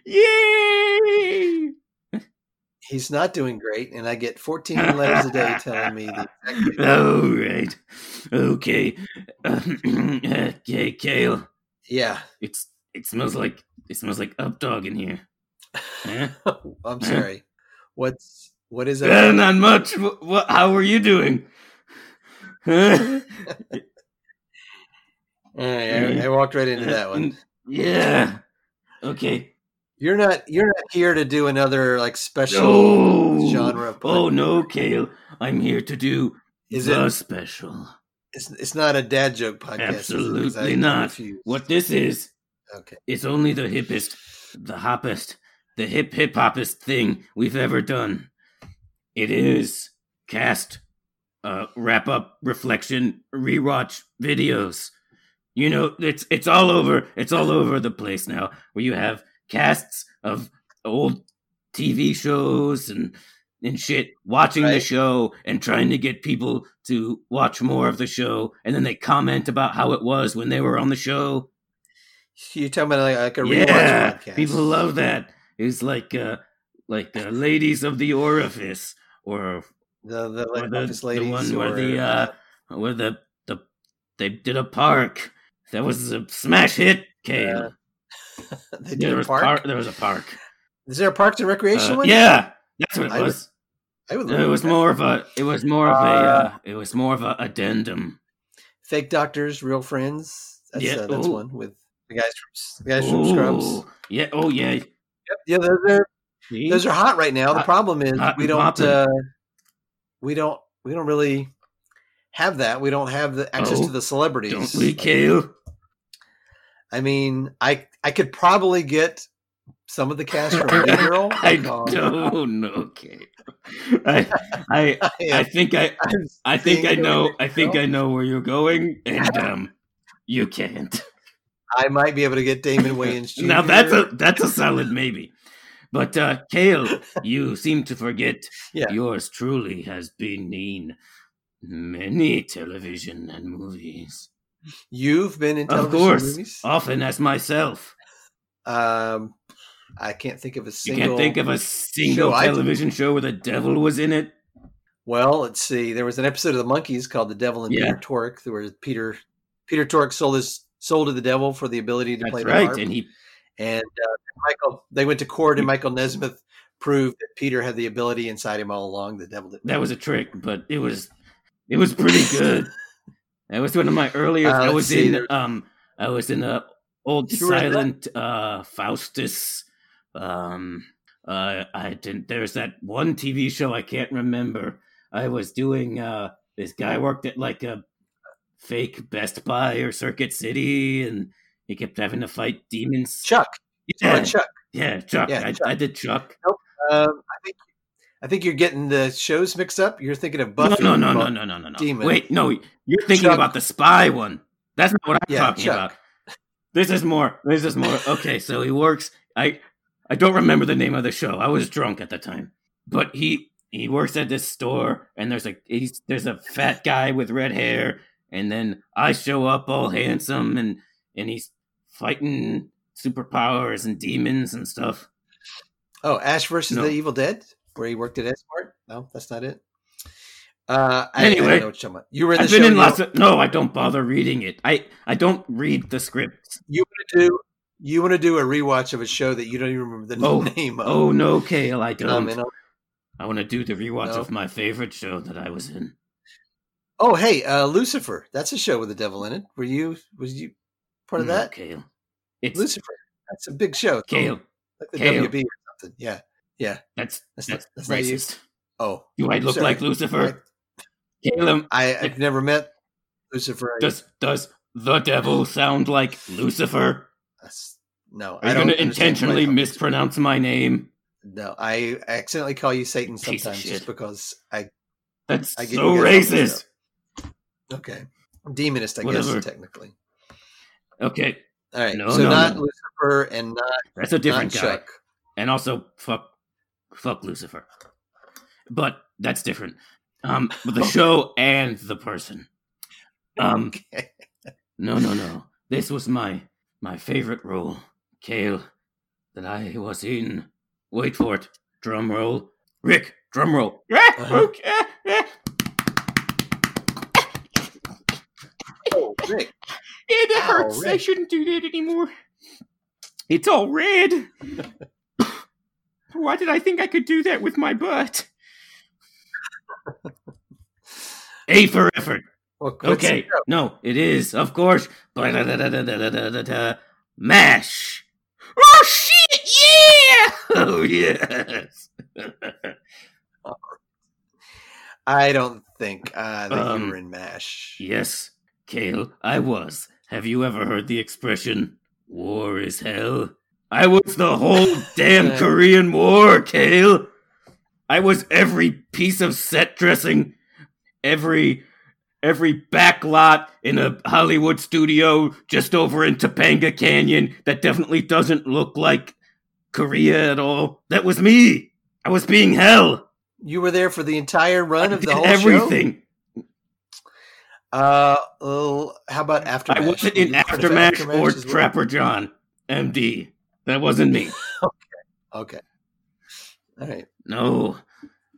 S4: Yay!
S2: He's not doing great, and I get 14 letters a day telling me the exact thing.
S3: All right. Okay. okay, Kale.
S2: Yeah,
S3: It's it smells like it smells like updog in here. Huh?
S2: I'm sorry. What's what is
S3: Uh,
S2: that?
S3: not much. Wh- wh- how are you doing? Huh?
S2: I, I walked right into that one.
S3: yeah. Okay.
S2: You're not you're not here to do another like special
S3: No.
S2: genre. of
S3: Oh
S2: pod-
S3: no, Kale. I'm here to do
S2: Is
S3: the
S2: it?
S3: special.
S2: It's, it's not a dad joke podcast. is it? 'Cause I
S3: Absolutely
S2: am
S3: not.
S2: confused.
S3: What this is,
S2: Okay.
S3: it's only the hippest, the hoppest, the hip hip hoppest thing we've ever done. It is cast, uh, wrap up, reflection, rewatch videos. You know, it's it's all over. It's all over the place now. Where you have casts of old TV shows and and shit watching the
S2: Right.
S3: show and trying to get people to watch more of the show, and then they comment about how it was when they were on the show
S2: You're talking about like, like a rewatch
S3: yeah,
S2: podcast.
S3: people love that. It's like uh, like uh, ladies of the orifice, or
S2: the the,
S3: or
S2: like,
S3: Oh, the-
S2: office
S3: the
S2: ladies
S3: one where
S2: or,
S3: the, uh, or the the they did a park. That was a smash hit, Kale.
S2: Uh, they
S3: there
S2: did a
S3: was
S2: park.
S3: par- There was a park.
S2: Is there a Parks and Recreation
S3: Uh,
S2: one?
S3: yeah, that's what it
S2: I would-
S3: was.
S2: I would
S3: it
S2: love
S3: was
S2: that.
S3: more of a. It was more of a.
S2: Uh,
S3: Uh, it was more of a addendum.
S2: fake doctors, real friends. That's,
S3: Yeah,
S2: uh, that's
S3: ooh.
S2: one with the guys from the guys from Scrubs.
S3: Ooh, yeah. Oh yeah.
S2: Yep, yeah, those are those are hot right now. The
S3: Hot-
S2: problem is
S3: hot
S2: we
S3: and
S2: don't
S3: poppin'.
S2: uh, we don't we don't really have that. We don't have the access
S3: Oh,
S2: to the celebrities.
S3: Don't we, Kale?
S2: I mean, I I could probably get some of the cast from New Girl.
S3: I
S2: because
S3: don't know, Kate. I, I,
S2: I
S3: I
S2: am-
S3: think I,
S2: I'm
S3: I think
S2: seeing
S3: I
S2: you in
S3: know,
S2: it,
S3: I think
S2: girl.
S3: I know where you're going, and um, you can't.
S2: I might be able to get Damon Wayans. Jr.
S3: Now that's a that's a solid maybe, but uh, Kale, you seem to forget.
S2: Yeah.
S3: Yours truly has been in many television and movies.
S2: You've been in
S3: Of
S2: television
S3: course,
S2: movies.
S3: often as myself.
S2: Um, I can't think of a
S3: You
S2: single.
S3: can't think of a single
S2: show I-
S3: television show where the devil was in it.
S2: Well, let's see. There was an episode of The Monkeys called "The Devil and
S3: Yeah.
S2: Peter Tork," where Peter Peter Tork sold his soul to the devil for the ability to play
S3: That's
S2: the
S3: right,
S2: harp.
S3: and he
S2: And uh, Michael, they went to court, and Michael Nesmith proved that Peter had the ability inside him all along. The devil. didn't.
S3: that was a trick, but it was it was pretty good. that was one of my earlier.
S2: Uh,
S3: I
S2: let's
S3: was
S2: see,
S3: in
S2: there-
S3: um I was in a old
S2: You were in that?
S3: silent uh Faustus. Um uh I didn't there's that one TV show I can't remember. I was doing uh this guy worked at like a fake Best Buy or Circuit City and he kept having to fight demons.
S2: Chuck.
S3: Yeah,
S2: Oh, Chuck.
S3: yeah, Chuck.
S2: Yeah,
S3: I,
S2: Chuck.
S3: I did Chuck.
S2: Um, I think I think you're getting the shows mixed up. You're thinking of Buffy.
S3: No, no, no,
S2: Well,
S3: no, no, no, no, no.
S2: Demon.
S3: Wait, no, you're thinking
S2: Chuck.
S3: about the spy one. That's not what I'm
S2: Yeah,
S3: talking
S2: Chuck.
S3: about. This is more. This is more. Okay, so he works. I I don't remember the name of the show. I was drunk at the time, but he he works at this store, and there's a he's, there's a fat guy with red hair, and then I show up all handsome, and and he's fighting superpowers and demons and stuff.
S2: Oh, Ash versus
S3: No.
S2: the Evil Dead, where he worked at Esmart. No, that's not it. Uh, I- I, don't
S3: Anyway,
S2: know what you're talking about. You were in the
S3: I've
S2: show.
S3: been in
S2: you-
S3: lots of no. I don't bother reading it. I I don't read the scripts.
S2: you want to do you want to do a rewatch of a show that you don't even remember the
S3: Oh,
S2: name of.
S3: Oh no, Kale, I don't.
S2: Um, and I'll-
S3: I want to do the rewatch
S2: No.
S3: of my favorite show that I was in.
S2: oh, hey, uh, Lucifer. That's a show with the devil in it. Were you was you part of
S3: No,
S2: that?
S3: Kale. It's
S2: Lucifer. That's a big show. It's
S3: Kale.
S2: like the
S3: Kale.
S2: WB or something. Yeah.
S3: That's
S2: That's
S3: that's,
S2: not- that's not you.
S3: racist.
S2: Oh,
S3: Do I look
S2: Sorry.
S3: like Lucifer? Caleb,
S2: I, I've never met Lucifer. I-
S3: does does the devil sound like Lucifer?
S2: that's- no,
S3: Are
S2: I
S3: you
S2: don't
S3: going to
S2: understand
S3: intentionally
S2: why-
S3: mispronounce my name?
S2: No, I accidentally call you Satan
S3: Piece of
S2: sometimes just
S3: shit.
S2: because I
S3: That's
S2: I get
S3: so
S2: you guys all mixed
S3: racist.
S2: okay, I'm demonist, I
S3: Whatever.
S2: guess technically.
S3: Okay,
S2: All right,
S3: No,
S2: so
S3: no,
S2: not
S3: no.
S2: Lucifer and not,
S3: that's a
S2: not
S3: different guy.
S2: Chuck.
S3: and also fuck fuck Lucifer. But that's different. Um but the show and the person. Um
S2: Okay.
S3: No, no, no. This was my my favorite role, Kale, that I was in. Wait for it. Drum roll. Rick, drum roll.
S2: Uh-huh.
S3: Okay.
S2: Oh, Rick,
S4: It
S2: Ow,
S4: hurts. I
S2: Rick.
S4: shouldn't do that anymore. It's all red. Why did I think I could do that with my butt?
S3: A for effort.
S2: Well, what's the
S3: Okay.
S2: show?
S3: No, it is, of course. Ba-da-da-da-da-da-da-da-da. Mash.
S4: Oh shit! Yeah.
S3: Oh yes.
S2: I don't think uh, that you
S3: Um,
S2: were in Mash.
S3: yes, Kale, I was. Have you ever heard the expression war is hell? I was the whole damn Korean War, Kale. I was every piece of set dressing, every every back lot in a Hollywood studio just over in Topanga Canyon that definitely doesn't look like Korea at all. That was me. I was being hell.
S2: You were there for the entire run
S3: I
S2: of
S3: did
S2: the whole
S3: everything.
S2: show. Uh, well, how about Aftermath?
S3: I wasn't in
S2: Were you part of
S3: Aftermath or
S2: as well?
S3: Trapper John, MD. That wasn't me.
S2: Okay. All right.
S3: No,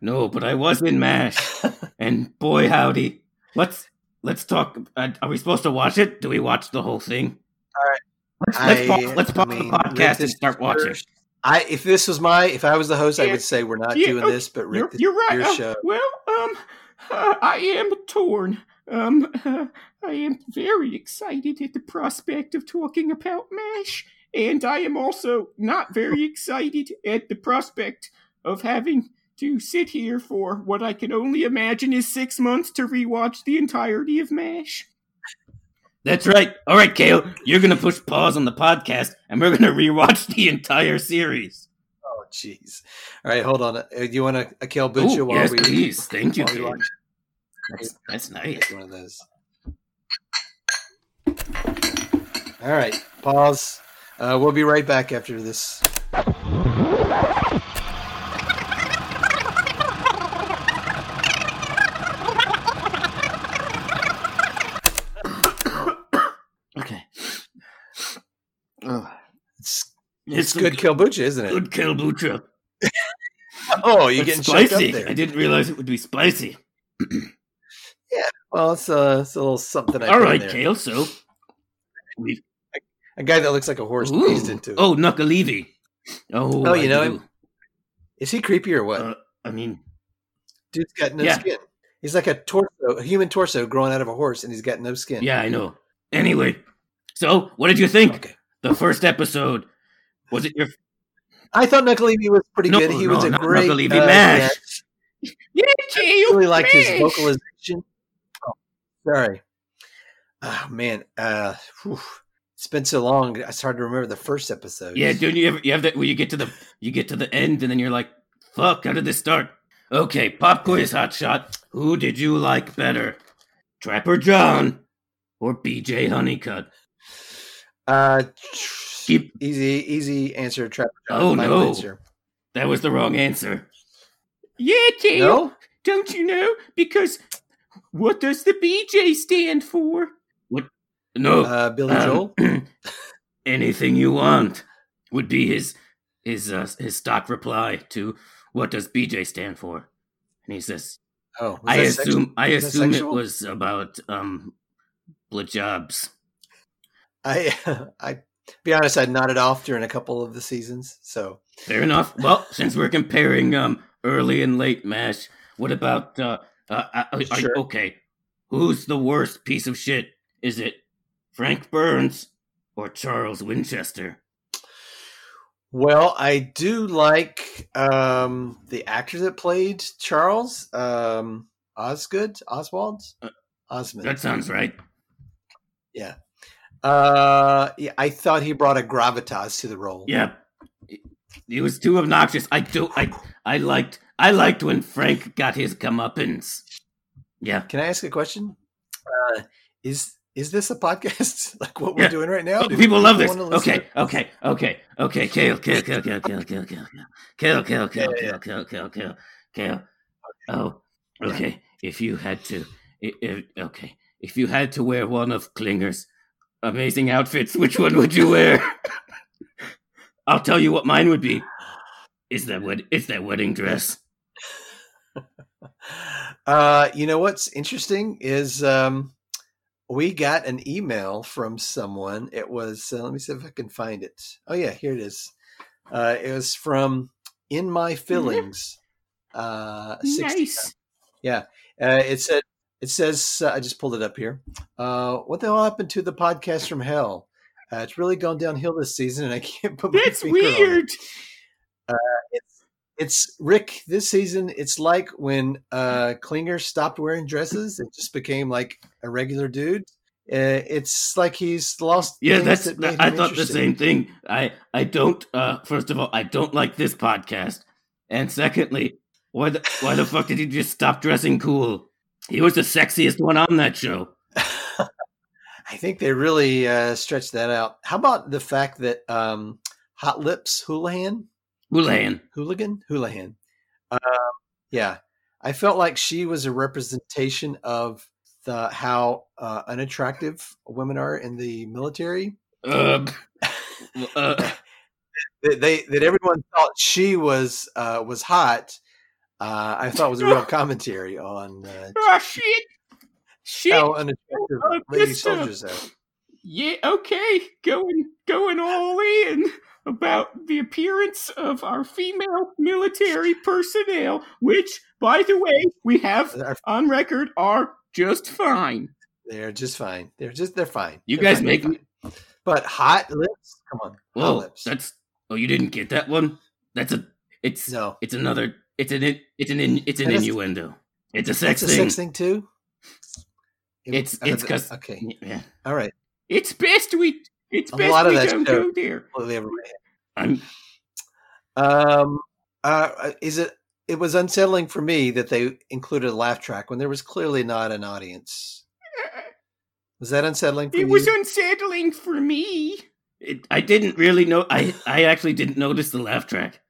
S3: no, but I was in Mash, and boy howdy, let's let's talk. Uh, are we supposed to watch it? Do we watch the whole thing? All
S2: right.
S3: Let's, let's,
S2: I-
S3: pause, let's
S2: I
S3: pause
S2: mean,
S3: the
S2: Rick,
S3: podcast and
S2: this
S3: start watching.
S2: yours. I if this was my if I was the host, I
S4: Yeah.
S2: would say we're not
S4: Yeah,
S2: doing
S3: oh,
S4: okay.
S2: this. But Rick,
S4: You're,
S2: this
S4: you're
S2: is
S4: right.
S2: your
S4: Uh,
S2: show.
S4: well, um, uh, I am torn. Um, uh, I am very excited at the prospect of talking about Mash, and I am also not very excited at the prospect of having to sit here for what I can only imagine is six months to rewatch the entirety of Mash.
S3: That's right. All right, Kale, you're gonna push pause on the podcast, and we're gonna rewatch the entire series.
S2: Oh, jeez. All right, hold on. Uh, Do you want a, a Kel Bucha
S3: Oh,
S2: while
S3: yes,
S2: we
S3: please. Thank you,
S2: while we
S3: Kale.
S2: watch?
S3: That's, that's nice.
S2: Get one of those? All right, pause. Uh, we'll be right back after this. Ugh. It's,
S3: It's
S2: it's
S3: some
S2: good kombucha, isn't it?
S3: Good kombucha.
S2: Oh, you're
S3: It's
S2: getting choked up
S3: spicy.
S2: there.
S3: I didn't realize it would be spicy.
S2: Well, it's a, it's a little something. I
S3: All
S2: put in
S3: right,
S2: there.
S3: kale soup. We've
S2: A guy that looks like a horse
S3: Ooh.
S2: squeezed into. It.
S3: Oh, Knuckleavy. Oh,
S2: Oh, you
S3: I
S2: know
S3: do.
S2: Is he creepy or what?
S3: Uh, I mean,
S2: Dude's got no
S3: yeah.
S2: skin. He's like a torso, a human torso growing out of a horse, and he's got no skin.
S3: yeah, I know. Anyway, so what did you think?
S2: Okay.
S3: The first episode was it your
S2: I thought Knuckleavy was pretty
S3: No,
S2: good. He was
S3: no,
S2: a
S3: not
S2: great
S3: Knuckleavy,
S2: uh,
S3: Mash.
S2: yeah, I really liked his vocalization. Oh, sorry. Oh man, uh, whew. it's been so long. It's hard to remember the first episode.
S3: Yeah, don't you ever you have that where you get to the you get to the end and then you're like, fuck, how did this start? Okay, pop quiz hot shot. Who did you like better? Trapper John or BJ Honeycutt?
S2: Uh,
S3: Keep
S2: easy, easy answer. Trapper John.
S3: Oh,
S2: final
S3: no.
S2: Answer.
S3: that was the wrong answer. Yeah, Dale,
S2: No.
S4: Don't you know? Because what does the BJ stand for?
S3: No.
S2: Uh, Billy
S3: um,
S2: Joel.
S3: anything you want would be his his uh, his stock reply to what does BJ stand for? And he says,
S2: Oh, was
S3: I
S2: that sexual?
S3: assume I
S2: Was that
S3: assume it
S2: sexual?
S3: was about um blowjobs.
S2: I, I be honest, I nodded off during a couple of the seasons. So
S3: Fair enough. Well, since we're comparing um early and late mash, what about uh, uh, uh are- are-
S2: Sure.
S3: okay? Who's the worst piece of shit? Is it Frank Burns or Charles Winchester?
S2: Well, I do like um, the actor that played Charles um, Osgood, Oswald,
S3: Uh,
S2: Osmond.
S3: That sounds right.
S2: Uh, yeah, I thought he brought a gravitas to the role.
S3: Yeah, it, it was too obnoxious. I do. I I liked. I liked when Frank got his comeuppance. Yeah.
S2: Can I ask a question? Uh, is is this a podcast like what
S3: Yeah.
S2: we're doing right now?
S3: Oh,
S2: Do
S3: people love this.
S2: wanna listen
S3: Okay, okay, okay, okay. Kale, kale, kale, kale, kale, kale, kale, kale, kale, kale, kale, kale, kale, kale, kale. Oh, okay. If you had to, i if, okay, if you had to wear one of Klinger's amazing outfits, which one would you wear? I'll tell you what mine would be. It's that wed- It's that wedding dress.
S2: Uh, you know what's interesting is um, we got an email from someone. It was uh, let me see if I can find it. Oh yeah, here it is. Uh, it was from In My Feelings. Uh, 60
S4: Mm-hmm. Nice.
S2: uh, it said, it says, uh, I just pulled it up here. Uh, what the hell happened to the podcast from hell? Uh, it's really gone downhill this season, and I can't put my
S4: That's
S2: finger on it.
S4: weird.
S2: It's, it's Rick this season. It's like when uh, Klinger stopped wearing dresses and just became like a regular dude. Uh, it's like he's lost.
S3: Yeah,
S2: things
S3: that's.
S2: that made
S3: I
S2: him
S3: thought the
S2: interesting.
S3: same thing. I I don't. Uh, first of all, I don't like this podcast, and secondly, why the why the fuck did he just stop dressing cool? He was the sexiest one on that show.
S2: I think they really uh, stretched that out. How about the fact that um, Hot Lips Houlihan
S3: Houlihan.
S2: Hooligan? Houlihan. Um, yeah. I felt like she was a representation of the how uh, unattractive women are in the military.
S3: Uh, uh,
S2: That they that everyone thought she was uh, was hot. Uh, I thought was a real commentary on uh,
S4: Oh, shit. Shit.
S2: how unattractive
S4: Oh,
S2: lady
S4: yes, sir.
S2: soldiers are.
S4: Yeah, okay. Going going all in about the appearance of our female military personnel, which, by the way, we have
S2: They're-
S4: on record are just fine.
S2: They're just fine. They're just they're fine.
S3: You
S2: They're
S3: guys
S2: fine,
S3: make
S2: they're
S3: me-
S2: fine. but hot lips. Come on, hot
S3: whoa,
S2: lips.
S3: that's. Oh, you didn't get that one. That's a. It's
S2: no,
S3: it's another. It's an in- it's an in- it's an
S2: That is-
S3: innuendo. It's a
S2: it's
S3: sex
S2: a
S3: thing.
S2: sex thing too.
S3: It's-
S2: Uh,
S3: it's
S2: th-
S3: 'cause-
S2: okay.
S3: Yeah,
S2: All right.
S4: It's best we it's
S2: A
S4: best
S2: lot of
S4: we
S2: that's
S4: don't
S2: true.
S4: go there.
S2: completely over my
S3: I'm.
S2: head. Um, uh, is it? It was unsettling for me that they included a laugh track when there was clearly not an audience. Was that unsettling for you?
S4: It was unsettling for me.
S3: It, I didn't really know. I I actually didn't notice the laugh track.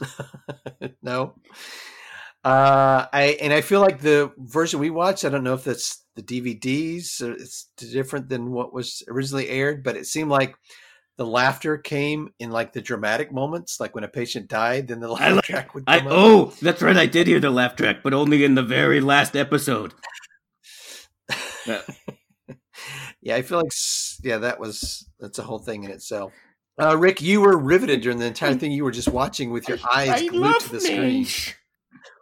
S2: no. Uh, I and I feel like the version we watched. I don't know if that's the DVDs. Or it's different than what was originally aired, but it seemed like the laughter came in like the dramatic moments, like when a patient died, then the
S3: I
S2: laugh
S3: like-
S2: track would
S3: I
S2: come up.
S3: oh, that's right. I did hear the laugh track, but only in the very last episode.
S2: Yeah, I feel like s- yeah, that was that's a whole thing in itself. Uh, Rick, you were riveted during the entire thing. You were just watching with your eyes
S4: I
S2: glued to
S4: love
S2: the screen.
S4: MASH.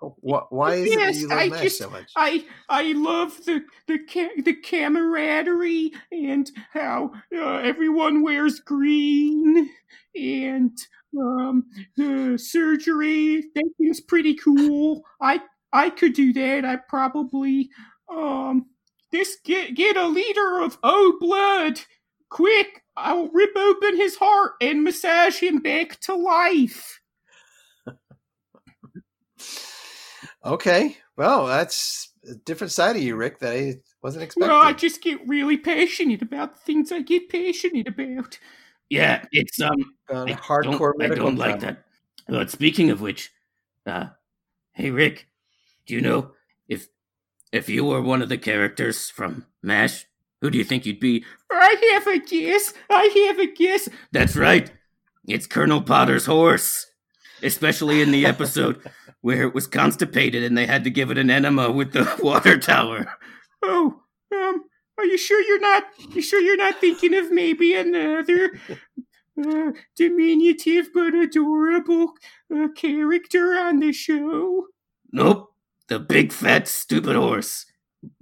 S2: Wh- Why is it that
S4: Yes,
S2: you love
S4: I
S2: MASH
S4: just-
S2: so much?
S4: I I love the the ca- the camaraderie and how uh, everyone wears green and um the surgery that seems pretty cool. I I could do that. I probably um this get get a liter of O blood quick. I'll rip open his heart and massage him back to life.
S2: Okay, well, that's a different side of you, Rick, that I wasn't expecting.
S4: Well, I just get really passionate about the things I get passionate about.
S3: Yeah, it's um,
S2: On
S3: I
S2: hardcore
S3: don't, I
S2: medical
S3: don't like
S2: drama.
S3: that. But speaking of which, uh, hey Rick, do you know if if you were one of the characters from Mash, who do you think you'd be?
S4: I have a guess. I have a guess.
S3: That's right, it's Colonel Potter's horse. Especially in the episode where it was constipated and they had to give it an enema with the water tower.
S4: Oh, um, are you sure you're not? You sure you're not thinking of maybe another uh, diminutive but adorable uh, character on the show?
S3: Nope, the big fat stupid horse.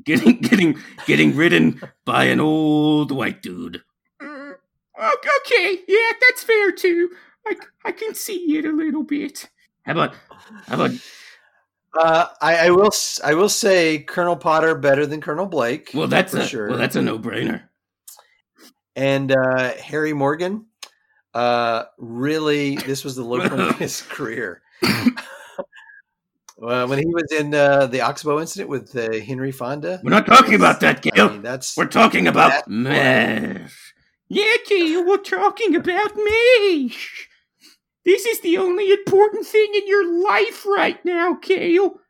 S3: Getting getting getting ridden by an old white dude.
S4: Uh, o- okay, yeah, that's fair too. I, c- I can see it a little bit.
S3: How about how about
S2: Uh, I, I will. s- I will say Colonel Potter better than Colonel Blake.
S3: Well, that's
S2: for
S3: a,
S2: sure.
S3: well, that's a no-brainer.
S2: and uh, Harry Morgan. Uh, really, this was the low point of his career. well, when he was in uh, the Oxbow incident with uh, Henry Fonda.
S3: We're not talking about that,
S2: I
S3: Gail.
S2: mean, that's
S3: We're talking
S2: That's
S3: about
S2: what-
S3: mesh.
S4: Yeah, Gail, we're talking about me. This is the only important thing in your life right now, Gail.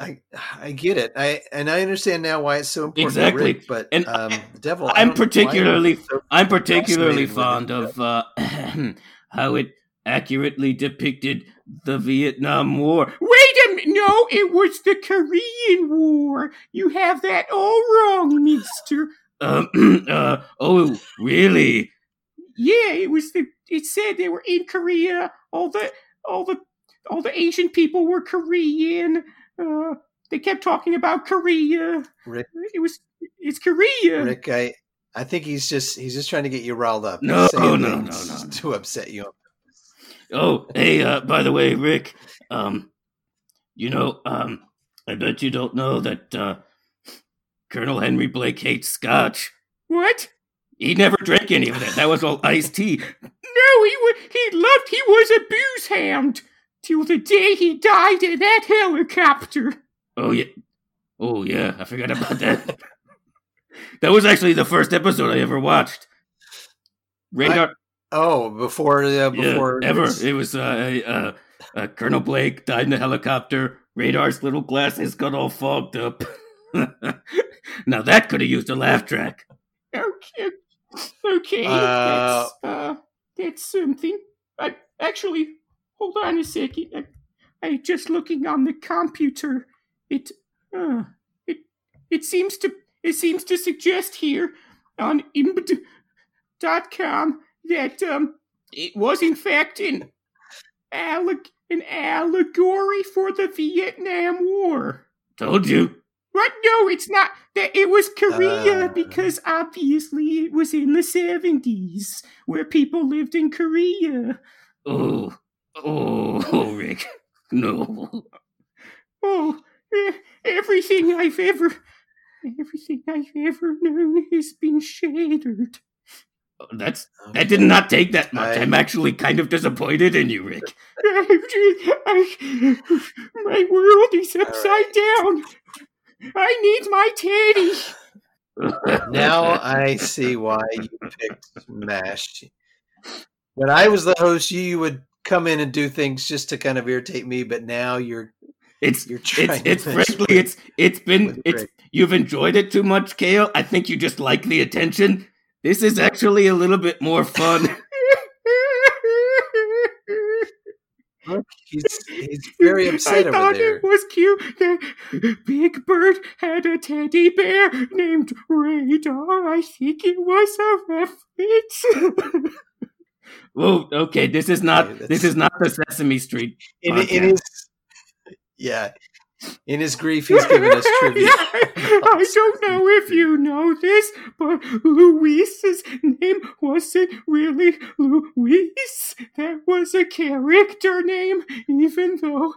S2: I, I get it. I and I understand now why it's so important. to
S3: Exactly.
S2: Rick, but
S3: And
S2: um,
S3: I-
S2: the devil. I
S3: I'm
S2: don't know why
S3: particularly-
S2: he's so-
S3: I'm particularly
S2: Fascinating
S3: fond
S2: with
S3: of uh, how it accurately depicted the Vietnam War.
S4: Wait a minute. No, it was the Korean War. You have that all wrong, mister.
S3: Um, uh, oh, really?
S4: Yeah, it was the. It said they were in Korea. All the, all the, all the Asian people were Korean. Uh, they kept talking about Korea.
S2: Rick.
S4: It was. It's Korea.
S2: Rick, I I think he's just he's just trying to get you riled up.
S3: No,
S2: He's saying
S3: no, no,
S2: things
S3: no, no.
S2: to upset you.
S3: Oh, hey, uh, by the way, Rick, um, you know, um, I bet you don't know that uh, Colonel Henry Blake hates scotch.
S4: What?
S3: He never drank any of that. That was all iced tea.
S4: No, he was. He loved. He was a booze hound till the day he died in that helicopter.
S3: Oh yeah, oh yeah, I forgot about that. that was actually the first episode I ever watched. Radar,
S2: Oh, before uh,
S3: yeah,
S2: before
S3: ever. It was uh, uh, uh, Colonel Blake died in a helicopter. Radar's little glasses got all fogged up. now that could have used a laugh track.
S4: Okay. Okay.
S2: Uh,
S4: that's, uh, that's something. I actually hold on a second. I, I just looking on the computer. It uh, it it seems to it seems to suggest here on imbd.com that um it was in fact an alleg- an allegory for the Vietnam War.
S3: Told you.
S4: What? No, it's not. That it was Korea
S2: Uh.
S4: because obviously it was in the seventies where people lived in Korea.
S3: Oh, oh, oh, Rick. No.
S4: Oh, eh, everything I've ever, everything I've ever known has been shattered.
S3: That's
S2: Okay.
S3: that did not take that much.
S2: I-
S3: I'm actually kind of disappointed in you, Rick.
S4: I, my world is upside down. I need my teddy.
S2: now I see why you picked Mash. When I was the host, you would come in and do things just to kind of irritate me, but now you're
S3: It's
S2: you're
S3: it's
S2: trying.
S3: it's
S2: to
S3: frankly it's it's been
S2: with
S3: it's
S2: Rick.
S3: you've enjoyed it too much, Kale. I think you just like the attention, This is actually a little bit more fun.
S2: He's, he's very upset
S4: I
S2: over
S4: thought
S2: there.
S4: it was cute that Big Bird had a teddy bear named Radar. I think it was a reference.
S3: Whoa, okay, this is
S2: Okay,
S3: not
S2: that's-
S3: this is not the Sesame Street.
S2: In, in his, yeah, in his grief, he's giving us trivia.
S4: Yeah, I don't know if you know this, but Luis's name wasn't really Luis. That was a character name, even though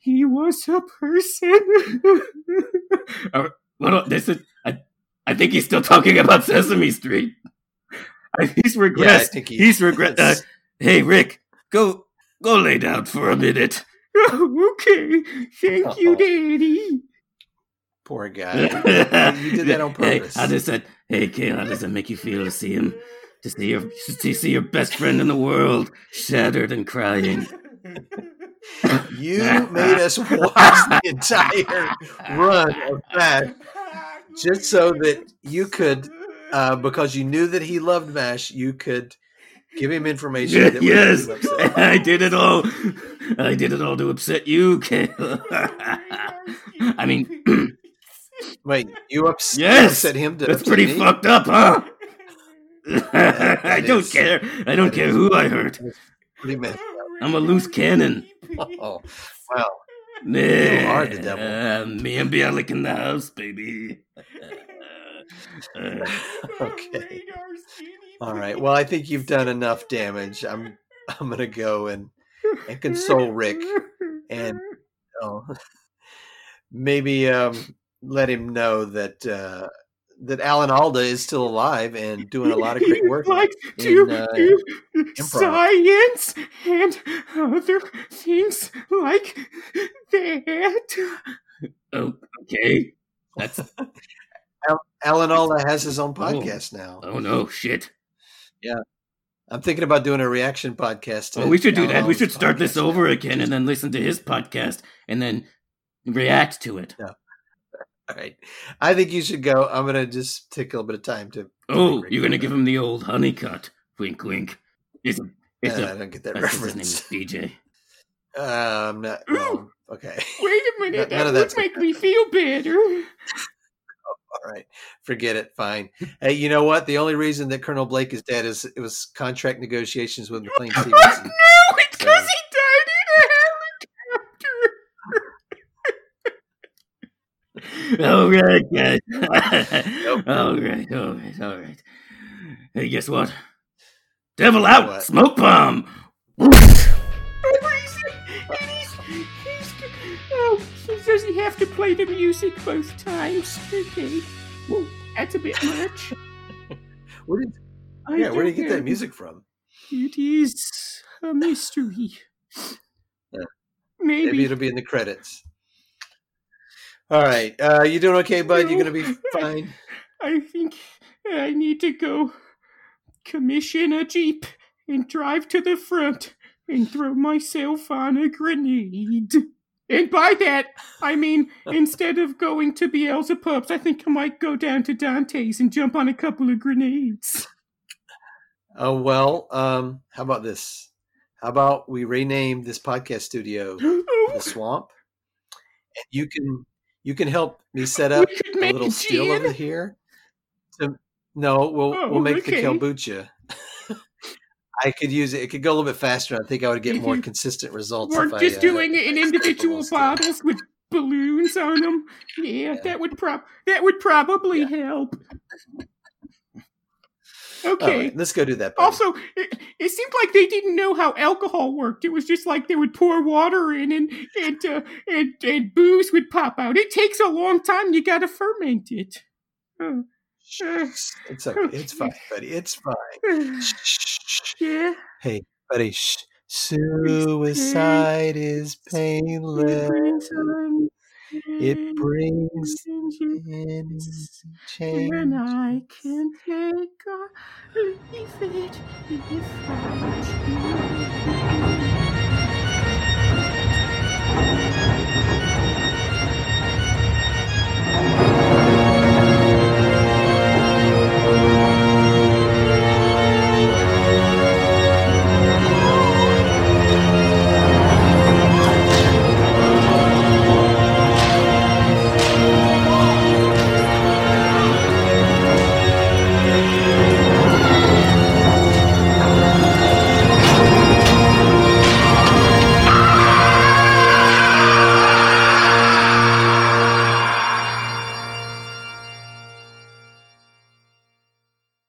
S4: he was a person.
S3: Oh. Well, this is I, I think he's still talking about Sesame Street. I, he's regressed.
S2: Yeah, I think he-
S3: he's regressed. Uh, hey, Rick, go go lay down for a minute.
S4: okay, thank you,
S2: Oh.
S4: Daddy.
S2: Poor
S3: you
S2: guy. You did that on purpose.
S3: Hey, how does that? Hey, Kale, how does it make you feel to see him? To see your to see your best friend in the world shattered and crying.
S2: You made us watch the entire run of that just so that you could, uh, because you knew that he loved Mash, you could give him information. that would make
S3: yes,
S2: him upset.
S3: I did it all. I did it all to upset you, Kale. I mean,
S2: Wait, you ups- you
S3: Yes!
S2: upset him to
S3: that's
S2: upset
S3: pretty
S2: me?
S3: fucked up, huh? I
S2: that
S3: don't
S2: is-
S3: care. I don't
S2: that
S3: care
S2: is-
S3: who I hurt.
S2: Pretty messed
S3: I'm a loose cannon.
S2: up. Oh, well,
S3: Yeah,
S2: are the devil.
S3: uh, me and Bialik in the house, baby. Uh,
S2: okay. All right. Well, I think you've done enough damage. I'm I'm gonna go and and console Rick and oh, maybe um, let him know that uh, that Alan Alda is still alive and doing a lot of great work.
S4: like
S2: in,
S4: to
S2: uh,
S4: do
S2: improv.
S4: science and other things like that.
S3: oh, okay. That's
S2: Alan Alda has his own podcast now.
S3: oh no shit.
S2: I'm thinking about doing a reaction podcast. to
S3: Well, Oh, we should do
S2: Alan
S3: that. We
S2: Alda's
S3: should start this
S2: podcast now.
S3: over again and then listen to his podcast and then react to it.
S2: All right. I think you should go. I'm gonna just take a little bit of time to.
S3: Oh,
S2: Rick
S3: you're gonna
S2: Rubin.
S3: give him the old honeycut. Wink, wink. It's a, it's
S2: Uh, I
S3: a.
S2: don't get
S3: I
S2: that
S3: think his name is
S2: reference.
S3: BJ.
S2: Uh, I'm not. well, okay.
S4: Wait a minute,
S2: None
S4: that
S2: of
S4: would
S2: that's-
S4: make me feel better.
S2: All right, forget it. Fine. Hey, you know what? The only reason that Colonel Blake is dead is it was contract negotiations with McLean Stevenson.
S4: No, because he died in
S3: All right, guys. all right, all right, all right. Hey, guess what? Devil out,
S2: What?
S3: smoke bomb.
S4: a helicopter. And Oh, he's, he's, oh, so does he have to play the music both times? Okay, well, that's a bit much.
S2: Where did,
S4: I
S2: yeah, where do you
S4: don't
S2: get
S4: know.
S2: that music from?
S4: It is a mystery.
S2: Yeah.
S4: Maybe.
S2: Maybe it'll be in the credits. All right, uh, you doing okay, bud? You
S4: No.
S2: gonna be fine?
S4: I think I need to go commission a jeep and drive to the front and throw myself on a grenade. And by that, I mean instead of going to Beelzebub's, I think I might go down to Dante's and jump on a couple of grenades.
S2: Oh well. Um, how about this? How about we rename this podcast studio
S4: Oh,
S2: the Swamp, and you can you can help me set
S4: we
S2: up
S4: could
S2: a
S4: make
S2: little still
S4: gin.
S2: over here. To, no, we'll
S4: Oh,
S2: we'll make
S4: okay.
S2: the kombucha. I could use it. It could go a little bit faster. I think I would get
S4: If
S2: more
S4: you
S2: consistent results.
S4: We're
S2: if I,
S4: just
S2: uh,
S4: doing it in
S2: mixed up a little
S4: individual
S2: still.
S4: bottles with balloons on them. Yeah,
S2: Yeah.
S4: that would prob that would probably help.
S2: All
S4: Okay.
S2: right, let's go do that. buddy.
S4: Also, uh, it, it seemed like they didn't know how alcohol worked. It was just like they would pour water in and and uh, and, and booze would pop out. It takes a long time. You got to ferment it. Uh, uh,
S2: it's okay. It's fine, buddy. It's fine.
S4: uh,
S2: Shh, shh, shh.
S4: yeah.
S2: Hey, buddy. Shh. Suicide is painless.
S4: um,
S2: It brings in
S4: And
S2: change.
S4: I can take or leave it if I choose.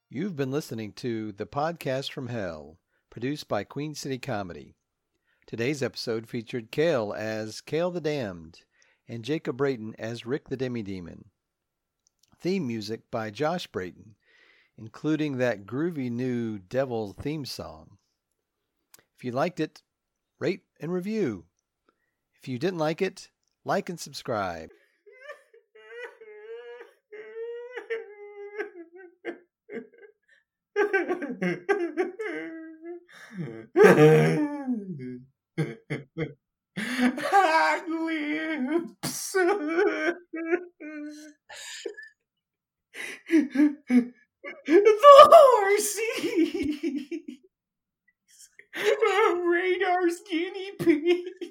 S2: You've been listening to The Podcast from Hell, produced by Queen City Comedy. Today's episode featured Kale as Kale the Damned and Jacob Brayton as Rick the Demi Demon. Theme music by Josh Brayton, including that groovy new Devil theme song. If you liked it, rate and review. If you didn't like it, like and subscribe.
S4: Hot lips. the horsey. Radar's guinea pig.